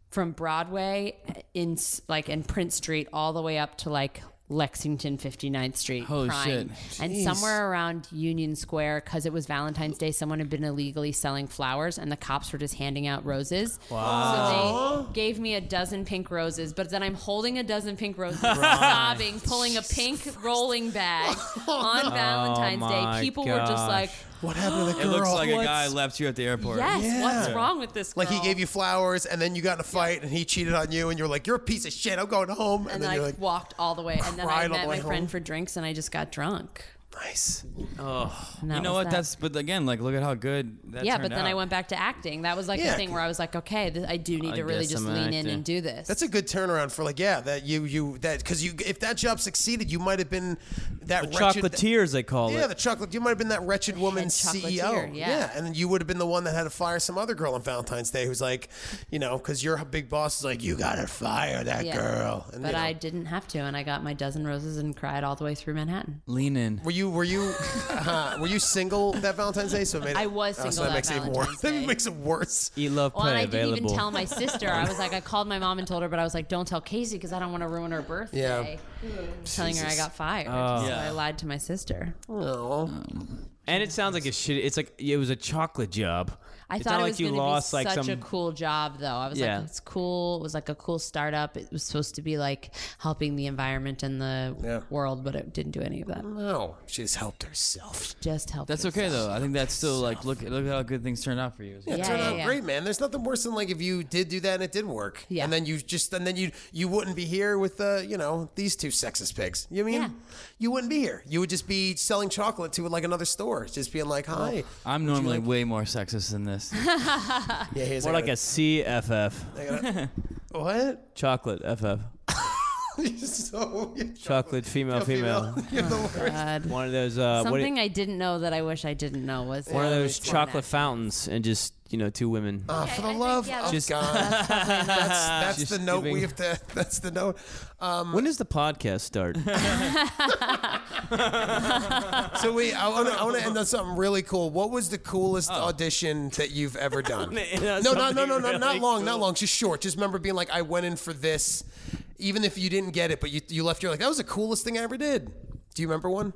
Speaker 5: from Broadway in s- like and Prince Street all the way up to like. Lexington 59th Street
Speaker 4: Holy
Speaker 5: crying.
Speaker 4: shit.
Speaker 5: And somewhere around Union Square, because it was Valentine's Day, someone had been illegally selling flowers and the cops were just handing out roses. Wow. So they gave me a dozen pink roses, but then I'm holding a dozen pink roses, sobbing, pulling a pink rolling bag
Speaker 2: Oh
Speaker 5: on Valentine's
Speaker 3: my
Speaker 5: Day. People were just
Speaker 3: gosh.
Speaker 5: like,
Speaker 2: What happened to the
Speaker 4: It
Speaker 2: girl?
Speaker 4: looks like a
Speaker 2: What?
Speaker 4: guy left you at the airport.
Speaker 5: yes,
Speaker 2: Yeah.
Speaker 5: what's wrong with this girl?
Speaker 2: Like he gave you flowers, and then you got in a fight, and he cheated on you, and you're like, "You're a piece of shit. I'm going home." And,
Speaker 5: and
Speaker 2: then
Speaker 5: I
Speaker 2: you're like,
Speaker 5: walked all the way, and then
Speaker 2: cried
Speaker 5: I
Speaker 2: all the
Speaker 5: met
Speaker 2: way
Speaker 5: my
Speaker 2: home.
Speaker 5: friend for drinks, and I just got drunk.
Speaker 2: "Nice."
Speaker 5: And that
Speaker 4: You know
Speaker 5: was
Speaker 4: what?
Speaker 5: that.
Speaker 4: That's but again, like look at how good. That
Speaker 5: yeah, but
Speaker 4: turned
Speaker 5: then I
Speaker 4: out.
Speaker 5: went back to acting. That was like
Speaker 2: Yeah.
Speaker 5: the thing where I was like, okay, th- I do need
Speaker 4: I
Speaker 5: to really
Speaker 4: guess
Speaker 5: just
Speaker 4: I'm an
Speaker 5: lean in
Speaker 4: actor.
Speaker 5: and do this.
Speaker 2: That's a good turnaround for like, yeah, that you you that because you if that job succeeded, you might have been that wretched.
Speaker 3: Chocolatiers, they call
Speaker 2: yeah,
Speaker 3: it.
Speaker 2: the chocolate. You might have been that wretched woman CEO.
Speaker 5: chocolatier, yeah.
Speaker 2: and then you would have been the one that had to fire some other girl on Valentine's Day, who's like, you know, because your big boss is like, you got to fire that
Speaker 5: Yeah.
Speaker 2: girl. And,
Speaker 5: but
Speaker 2: you know.
Speaker 5: I didn't have to, and I got my dozen roses and cried all the way through Manhattan.
Speaker 4: lean in.
Speaker 2: Were you were you uh, were you single that Valentine's Day? So it made it-
Speaker 5: I was
Speaker 2: so
Speaker 5: single
Speaker 2: that
Speaker 5: that
Speaker 2: makes it even worse.
Speaker 5: Valentine's Day.
Speaker 2: That makes it worse.
Speaker 3: Eat, love,
Speaker 5: Well,
Speaker 3: play
Speaker 5: and I didn't
Speaker 3: available.
Speaker 5: even tell my sister. I was like, I called my mom and told her, but I was like, don't tell Casey because I don't want to ruin her birthday. Telling her I got fired, so
Speaker 4: Yeah.
Speaker 5: I lied to my sister.
Speaker 2: Oh,
Speaker 3: and it sounds like a shit. It's like it was a chocolate job.
Speaker 5: I
Speaker 3: It's
Speaker 5: thought
Speaker 3: not
Speaker 5: it
Speaker 3: like
Speaker 5: was
Speaker 3: you
Speaker 5: going
Speaker 3: lost,
Speaker 5: to be
Speaker 3: like,
Speaker 5: such a
Speaker 3: some-
Speaker 5: cool job, though. I was
Speaker 3: Yeah.
Speaker 5: like, it's cool. It was like a cool startup. It was supposed to be like helping the environment and the
Speaker 2: Yeah.
Speaker 5: world, but it didn't do any of that.
Speaker 2: No, she just helped herself.
Speaker 5: Just help.
Speaker 4: That's
Speaker 5: yourself.
Speaker 4: okay though. I think that's still like look look how good things turned out for you.
Speaker 2: It
Speaker 5: Yeah,
Speaker 2: turned
Speaker 5: yeah,
Speaker 2: out
Speaker 5: yeah.
Speaker 2: great, man. There's nothing worse than like if you did do that and it did work.
Speaker 5: Yeah.
Speaker 2: And then you just and then you you wouldn't be here with uh, you know, these two sexist pigs. You know what I mean?
Speaker 5: Yeah.
Speaker 2: You wouldn't be here. You would just be selling chocolate to like another store, just being like, "Hi."
Speaker 4: I'm normally way more sexist than this.
Speaker 2: yeah, here's
Speaker 3: More like a CFF,
Speaker 2: a what?
Speaker 3: chocolate FF,
Speaker 2: You're so you're
Speaker 3: chocolate female female.
Speaker 2: You're the worst.
Speaker 5: God.
Speaker 3: One of those. Uh, what,
Speaker 5: Something I didn't know that I wish I didn't know was
Speaker 3: one of
Speaker 5: that
Speaker 3: those
Speaker 5: it's like
Speaker 3: chocolate
Speaker 5: that.
Speaker 3: fountains, and just you know, two women.
Speaker 2: Ah,
Speaker 5: Okay,
Speaker 2: for the
Speaker 5: I think,
Speaker 2: love of
Speaker 5: yeah, that's-
Speaker 2: God. That's, that's the
Speaker 3: Just
Speaker 2: note we
Speaker 3: giving-
Speaker 2: have to. That's the note. Um,
Speaker 3: when does the podcast start?
Speaker 2: so we. I want to. I want to end on something really cool. What was the coolest
Speaker 3: Oh.
Speaker 2: audition that you've ever done?
Speaker 3: Yeah,
Speaker 2: no, no, no,
Speaker 3: something
Speaker 2: no, no, not
Speaker 3: really
Speaker 2: long, not
Speaker 3: cool.
Speaker 2: long. Just short. Just remember being like, I went in for this, even if you didn't get it, but you you left. You're like, that was the coolest thing I ever did. Do you remember one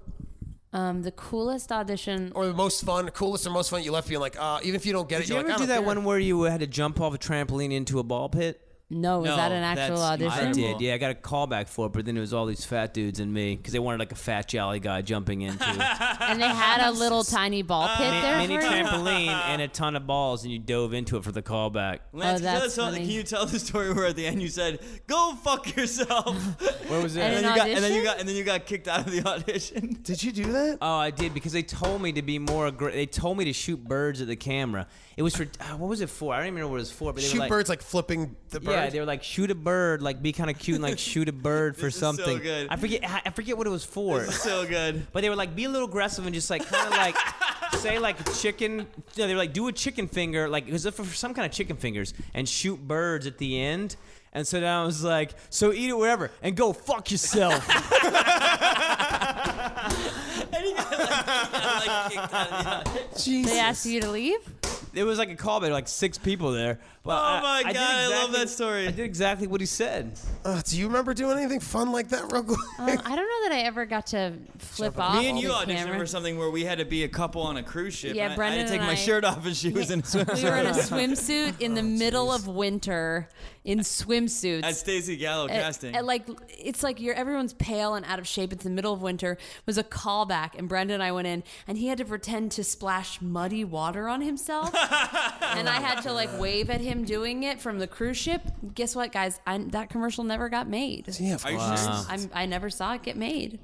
Speaker 5: Um, the coolest audition.
Speaker 2: or the most fun, coolest or most fun? You left being like, uh, even if you don't get
Speaker 3: Did
Speaker 2: it,
Speaker 3: you
Speaker 2: you're
Speaker 3: ever
Speaker 2: like, I
Speaker 3: do
Speaker 2: don't
Speaker 3: that
Speaker 2: care.
Speaker 3: one where you had to jump off a trampoline into a ball pit?
Speaker 5: No, was
Speaker 4: No,
Speaker 5: that an actual
Speaker 4: that's-
Speaker 5: audition?
Speaker 3: I
Speaker 4: Terrible.
Speaker 3: did. Yeah, I got a call back for it, but then it was all these fat dudes and me because they wanted like a fat jolly guy jumping into
Speaker 5: And they had a little tiny ball pit there.
Speaker 3: mini
Speaker 5: for you?
Speaker 3: trampoline and a ton of balls, and you dove into it for the callback.
Speaker 5: Lance, can you tell Oh, that's us all- funny.
Speaker 4: can
Speaker 5: can
Speaker 4: you
Speaker 5: you
Speaker 4: tell the story where at the end you said, "Go fuck yourself,"
Speaker 3: Where was
Speaker 5: And
Speaker 4: and
Speaker 5: an
Speaker 3: it?
Speaker 4: then you got and then you
Speaker 5: audition?
Speaker 4: got and then you got kicked out of the audition.
Speaker 2: Did you do that?
Speaker 3: Oh, I did because they told me to be more. Aggra- they told me to shoot birds at the camera. It was for uh, what was it for? I don't even know what it was for. But they
Speaker 2: Shoot
Speaker 3: were like,
Speaker 2: birds like flipping the bird.
Speaker 3: Yeah, they were like shoot a bird, like be kind of cute and like shoot a bird for
Speaker 4: This is so
Speaker 3: something.
Speaker 4: good.
Speaker 3: I forget. I I forget what it was for.
Speaker 4: so good.
Speaker 3: But they were like, be a little aggressive and just like kind of like say like a chicken. No, they were like, do a chicken finger, like it was for for some kind of chicken fingers, and shoot birds at the end. And so then I was like, so eat it wherever and go fuck yourself.
Speaker 4: like kicked out of the audition.
Speaker 5: They asked you to leave.
Speaker 3: it was like a callback, like six people there. But
Speaker 4: Oh my
Speaker 3: did
Speaker 4: God, I love that story.
Speaker 3: I did exactly what he said.
Speaker 2: Uh, do you remember doing anything fun like that, real quick?
Speaker 5: Um, I don't know that I ever got to flip off.
Speaker 4: Me and you
Speaker 5: the
Speaker 4: auditioned
Speaker 5: camera.
Speaker 4: for something where we had to be a couple on a cruise ship.
Speaker 5: Yeah,
Speaker 4: and I- I,
Speaker 5: Brendan
Speaker 4: had to take
Speaker 5: and
Speaker 4: my
Speaker 5: I-
Speaker 4: shirt off, and she was in a
Speaker 5: We were in a
Speaker 4: swimsuit
Speaker 5: swimsuit in
Speaker 4: Oh,
Speaker 5: the middle of winter in swimsuits.
Speaker 4: at Stacey Gallo
Speaker 5: At-
Speaker 4: casting.
Speaker 5: at, Eh, like it's like you're everyone's pale and out of shape. It's the middle of winter. It was a callback, and Brenda and I went in, and he had to pretend to splash muddy water on himself, and I had to like wave at him doing it from the cruise ship. Guess what, guys? I, that commercial never got made.
Speaker 2: yeah, of
Speaker 4: Are you
Speaker 2: course.
Speaker 4: serious?
Speaker 5: I'm, I never saw it get made.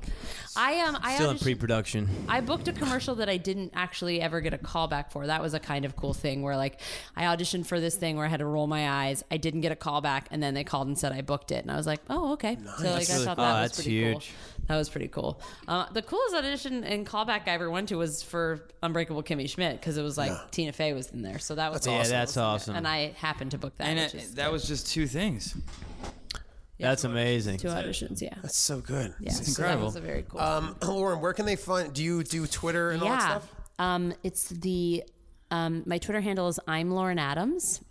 Speaker 5: I um I
Speaker 3: Still in
Speaker 5: auditioned-
Speaker 3: pre-production.
Speaker 5: I booked a commercial that I didn't actually ever get a call back for. That was a kind of cool thing where like I auditioned for this thing where I had to roll my eyes. I didn't get a call back and then they called and said I booked it and I was like, "Oh, okay." So like I
Speaker 3: really
Speaker 5: thought
Speaker 3: cool.
Speaker 5: that
Speaker 3: Oh,
Speaker 5: was
Speaker 3: that's
Speaker 5: pretty
Speaker 3: huge.
Speaker 5: cool. That was pretty cool. Uh, the coolest audition and callback I ever went to was for Unbreakable Kimmy Schmidt because it was like Tina Fey was in there. So that was
Speaker 2: That's awesome.
Speaker 3: Yeah, that's awesome.
Speaker 5: And I happened to book that.
Speaker 4: and
Speaker 5: which
Speaker 4: it-
Speaker 5: is
Speaker 4: Eh, that was just two things.
Speaker 3: That's amazing.
Speaker 5: two auditions, yeah.
Speaker 2: That's so good.
Speaker 5: Yeah, so
Speaker 4: incredible.
Speaker 5: that was a very
Speaker 3: Uh,
Speaker 5: cool.
Speaker 2: Um, Lauren, where can they find? Do you do Twitter and all that stuff?
Speaker 5: Um, it's the um, my Twitter handle is I'm Lauren Adams,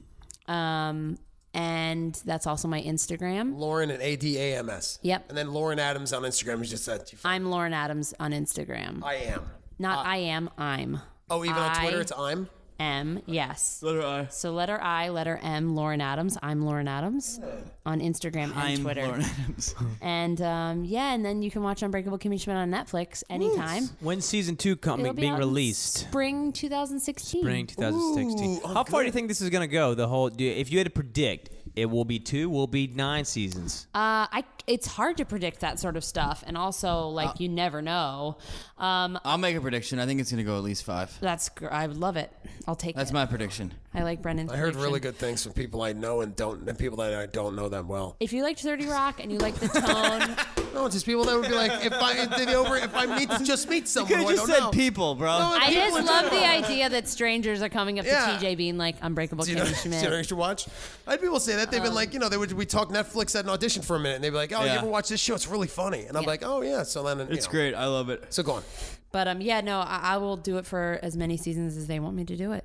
Speaker 5: um, and that's also my Instagram.
Speaker 2: Lauren and A D A M S.
Speaker 5: Yep.
Speaker 2: And then Lauren Adams on Instagram is just that. I,
Speaker 5: I'm Lauren Adams on Instagram.
Speaker 2: I am.
Speaker 5: Not I am. I'm.
Speaker 2: Oh, even on Twitter,
Speaker 5: I
Speaker 2: it's I'm.
Speaker 5: M. Yes.
Speaker 4: Letter I.
Speaker 5: So letter I, letter M, Lauren Adams. I'm Lauren Adams on Instagram and
Speaker 4: I'm
Speaker 5: Twitter.
Speaker 4: Lauren Adams.
Speaker 5: And um, yeah, and then you can watch Unbreakable Kimmy Schmidt on Netflix anytime.
Speaker 3: When's season two coming?
Speaker 5: It'll be
Speaker 3: being
Speaker 5: out in
Speaker 3: released?
Speaker 5: spring 2016.
Speaker 3: Spring 2016.
Speaker 2: Ooh, oh,
Speaker 3: How far do you
Speaker 2: good.
Speaker 3: think this is going to go? The whole, do- if you had to predict, it will be two, will be nine seasons.
Speaker 5: Uh, I it's hard to predict that sort of stuff, and also
Speaker 2: Uh,
Speaker 5: like you never know. Um,
Speaker 4: I'll make a prediction. I think it's going to go at least five.
Speaker 5: that's gr- I would love it. I'll take
Speaker 4: That's
Speaker 5: it.
Speaker 4: my prediction.
Speaker 5: I like Brendan's.
Speaker 2: I heard
Speaker 5: prediction.
Speaker 2: really good things from people I know and don't, and people that I don't know them well.
Speaker 5: If you liked Thirty Rock and you like the tone,
Speaker 2: No, just people that would be like, if I if they over, if I meet just meet someone,
Speaker 4: You
Speaker 2: who I
Speaker 4: just
Speaker 2: don't
Speaker 4: said
Speaker 2: know.
Speaker 4: people, bro.
Speaker 2: No,
Speaker 5: I
Speaker 2: people
Speaker 5: just
Speaker 2: in
Speaker 5: love
Speaker 2: general.
Speaker 5: the idea that strangers are coming up to
Speaker 2: Oh, Yeah.
Speaker 5: TJ being like Unbreakable
Speaker 2: Do you know,
Speaker 5: Kimmy
Speaker 2: do you know what you
Speaker 5: Schmidt.
Speaker 2: should watch? I had people say that they've been
Speaker 4: Um.
Speaker 2: like, you know, they would we talk Netflix at an audition for a minute, and they'd be like, oh, you
Speaker 4: Yeah.
Speaker 2: ever watch this show? It's really funny, and I'm
Speaker 5: Yeah.
Speaker 2: like, oh yeah. So then you
Speaker 4: it's
Speaker 2: know.
Speaker 4: great. I love it.
Speaker 2: So go on.
Speaker 5: But um, yeah, no, I, I will do it for as many seasons as they want me to do it.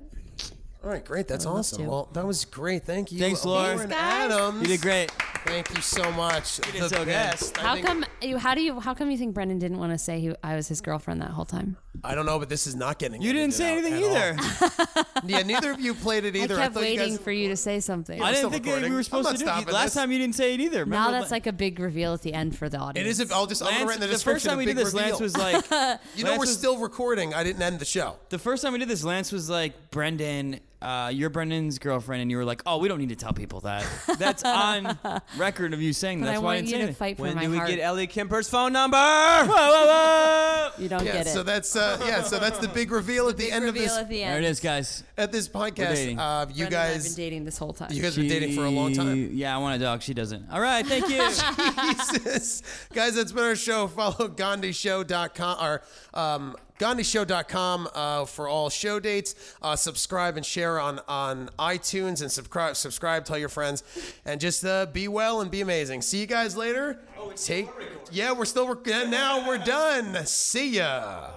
Speaker 2: All right, great. That's awesome.
Speaker 5: to.
Speaker 2: Well, that was great. Thank you.
Speaker 4: Thanks, Laura.
Speaker 2: Lauren
Speaker 4: Thanks,
Speaker 5: guys.
Speaker 2: Adams.
Speaker 4: You did great.
Speaker 2: Thank you so much. You
Speaker 4: did
Speaker 2: the
Speaker 4: so good.
Speaker 2: best. I
Speaker 5: How
Speaker 2: think-
Speaker 5: come you? How do you? How come you think Brendan didn't want to say he, I was his girlfriend that whole time?
Speaker 2: I don't know, but this is not getting.
Speaker 4: You
Speaker 2: edited
Speaker 4: didn't say
Speaker 2: out
Speaker 4: anything
Speaker 2: at all.
Speaker 4: either.
Speaker 2: yeah, neither of you played it either.
Speaker 5: I kept
Speaker 2: thought you
Speaker 5: waiting
Speaker 2: guys-
Speaker 5: for you to say something.
Speaker 4: I
Speaker 2: still
Speaker 4: didn't think that
Speaker 2: recording. I'm
Speaker 4: we were supposed
Speaker 2: not
Speaker 4: to do it.
Speaker 2: stopping
Speaker 4: Last
Speaker 2: this.
Speaker 4: time you didn't say it either.
Speaker 5: now
Speaker 4: Remember
Speaker 5: that's
Speaker 4: la-
Speaker 5: like a big reveal at the end for the audience.
Speaker 2: It is. If I'll just. I'm gonna write
Speaker 4: Lance,
Speaker 2: in the
Speaker 4: the
Speaker 2: description.
Speaker 4: first time
Speaker 2: a
Speaker 4: we
Speaker 2: big
Speaker 4: did this, Lance
Speaker 2: reveal.
Speaker 4: was like,
Speaker 2: You know, we're
Speaker 4: Lance was-
Speaker 2: still recording. I didn't end the show.
Speaker 4: The first time we did this, Lance was like, Brendan, uh, you're Brendan's girlfriend, and you were like, oh, we don't need to tell people that. That's on record of you saying
Speaker 5: But
Speaker 4: that's
Speaker 5: I
Speaker 4: why I didn't
Speaker 5: want you
Speaker 4: say
Speaker 5: to
Speaker 4: anything.
Speaker 5: fight for
Speaker 3: When
Speaker 5: my
Speaker 3: do we
Speaker 5: heart.
Speaker 3: get Ellie Kemper's phone number? Whoa, whoa, whoa.
Speaker 5: you don't
Speaker 2: yeah.
Speaker 5: get it.
Speaker 2: So that's. Uh, yeah. So that's the big reveal at the end of
Speaker 5: reveal
Speaker 2: this.
Speaker 5: at the end.
Speaker 4: There it is, guys.
Speaker 2: At this podcast,
Speaker 4: dating.
Speaker 2: uh, you
Speaker 5: Brendan and I have
Speaker 2: guys.
Speaker 5: been dating this whole time.
Speaker 2: You guys were dating for a long time.
Speaker 4: She- Yeah, I want a dog. She doesn't. All right, thank you.
Speaker 2: Jesus. Guys, that's been our show. Follow GandhiShow.com or um, GandhiShow.com uh, for all show dates. Uh, subscribe and share on, on iTunes and subscribe, subscribe, tell your friends. And just uh, be well and be amazing. See you guys later. Oh, Take, yeah, we're still rec- yeah, now we're done. See ya.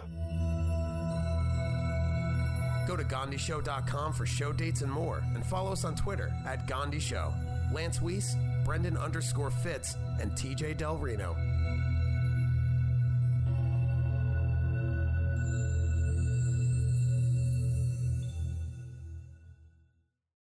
Speaker 2: Go to GandhiShow.com for show dates and more, and follow us on Twitter at Gandhi Show. Lance Weiss, Brendan underscore Fitz, and TJ Del Reno.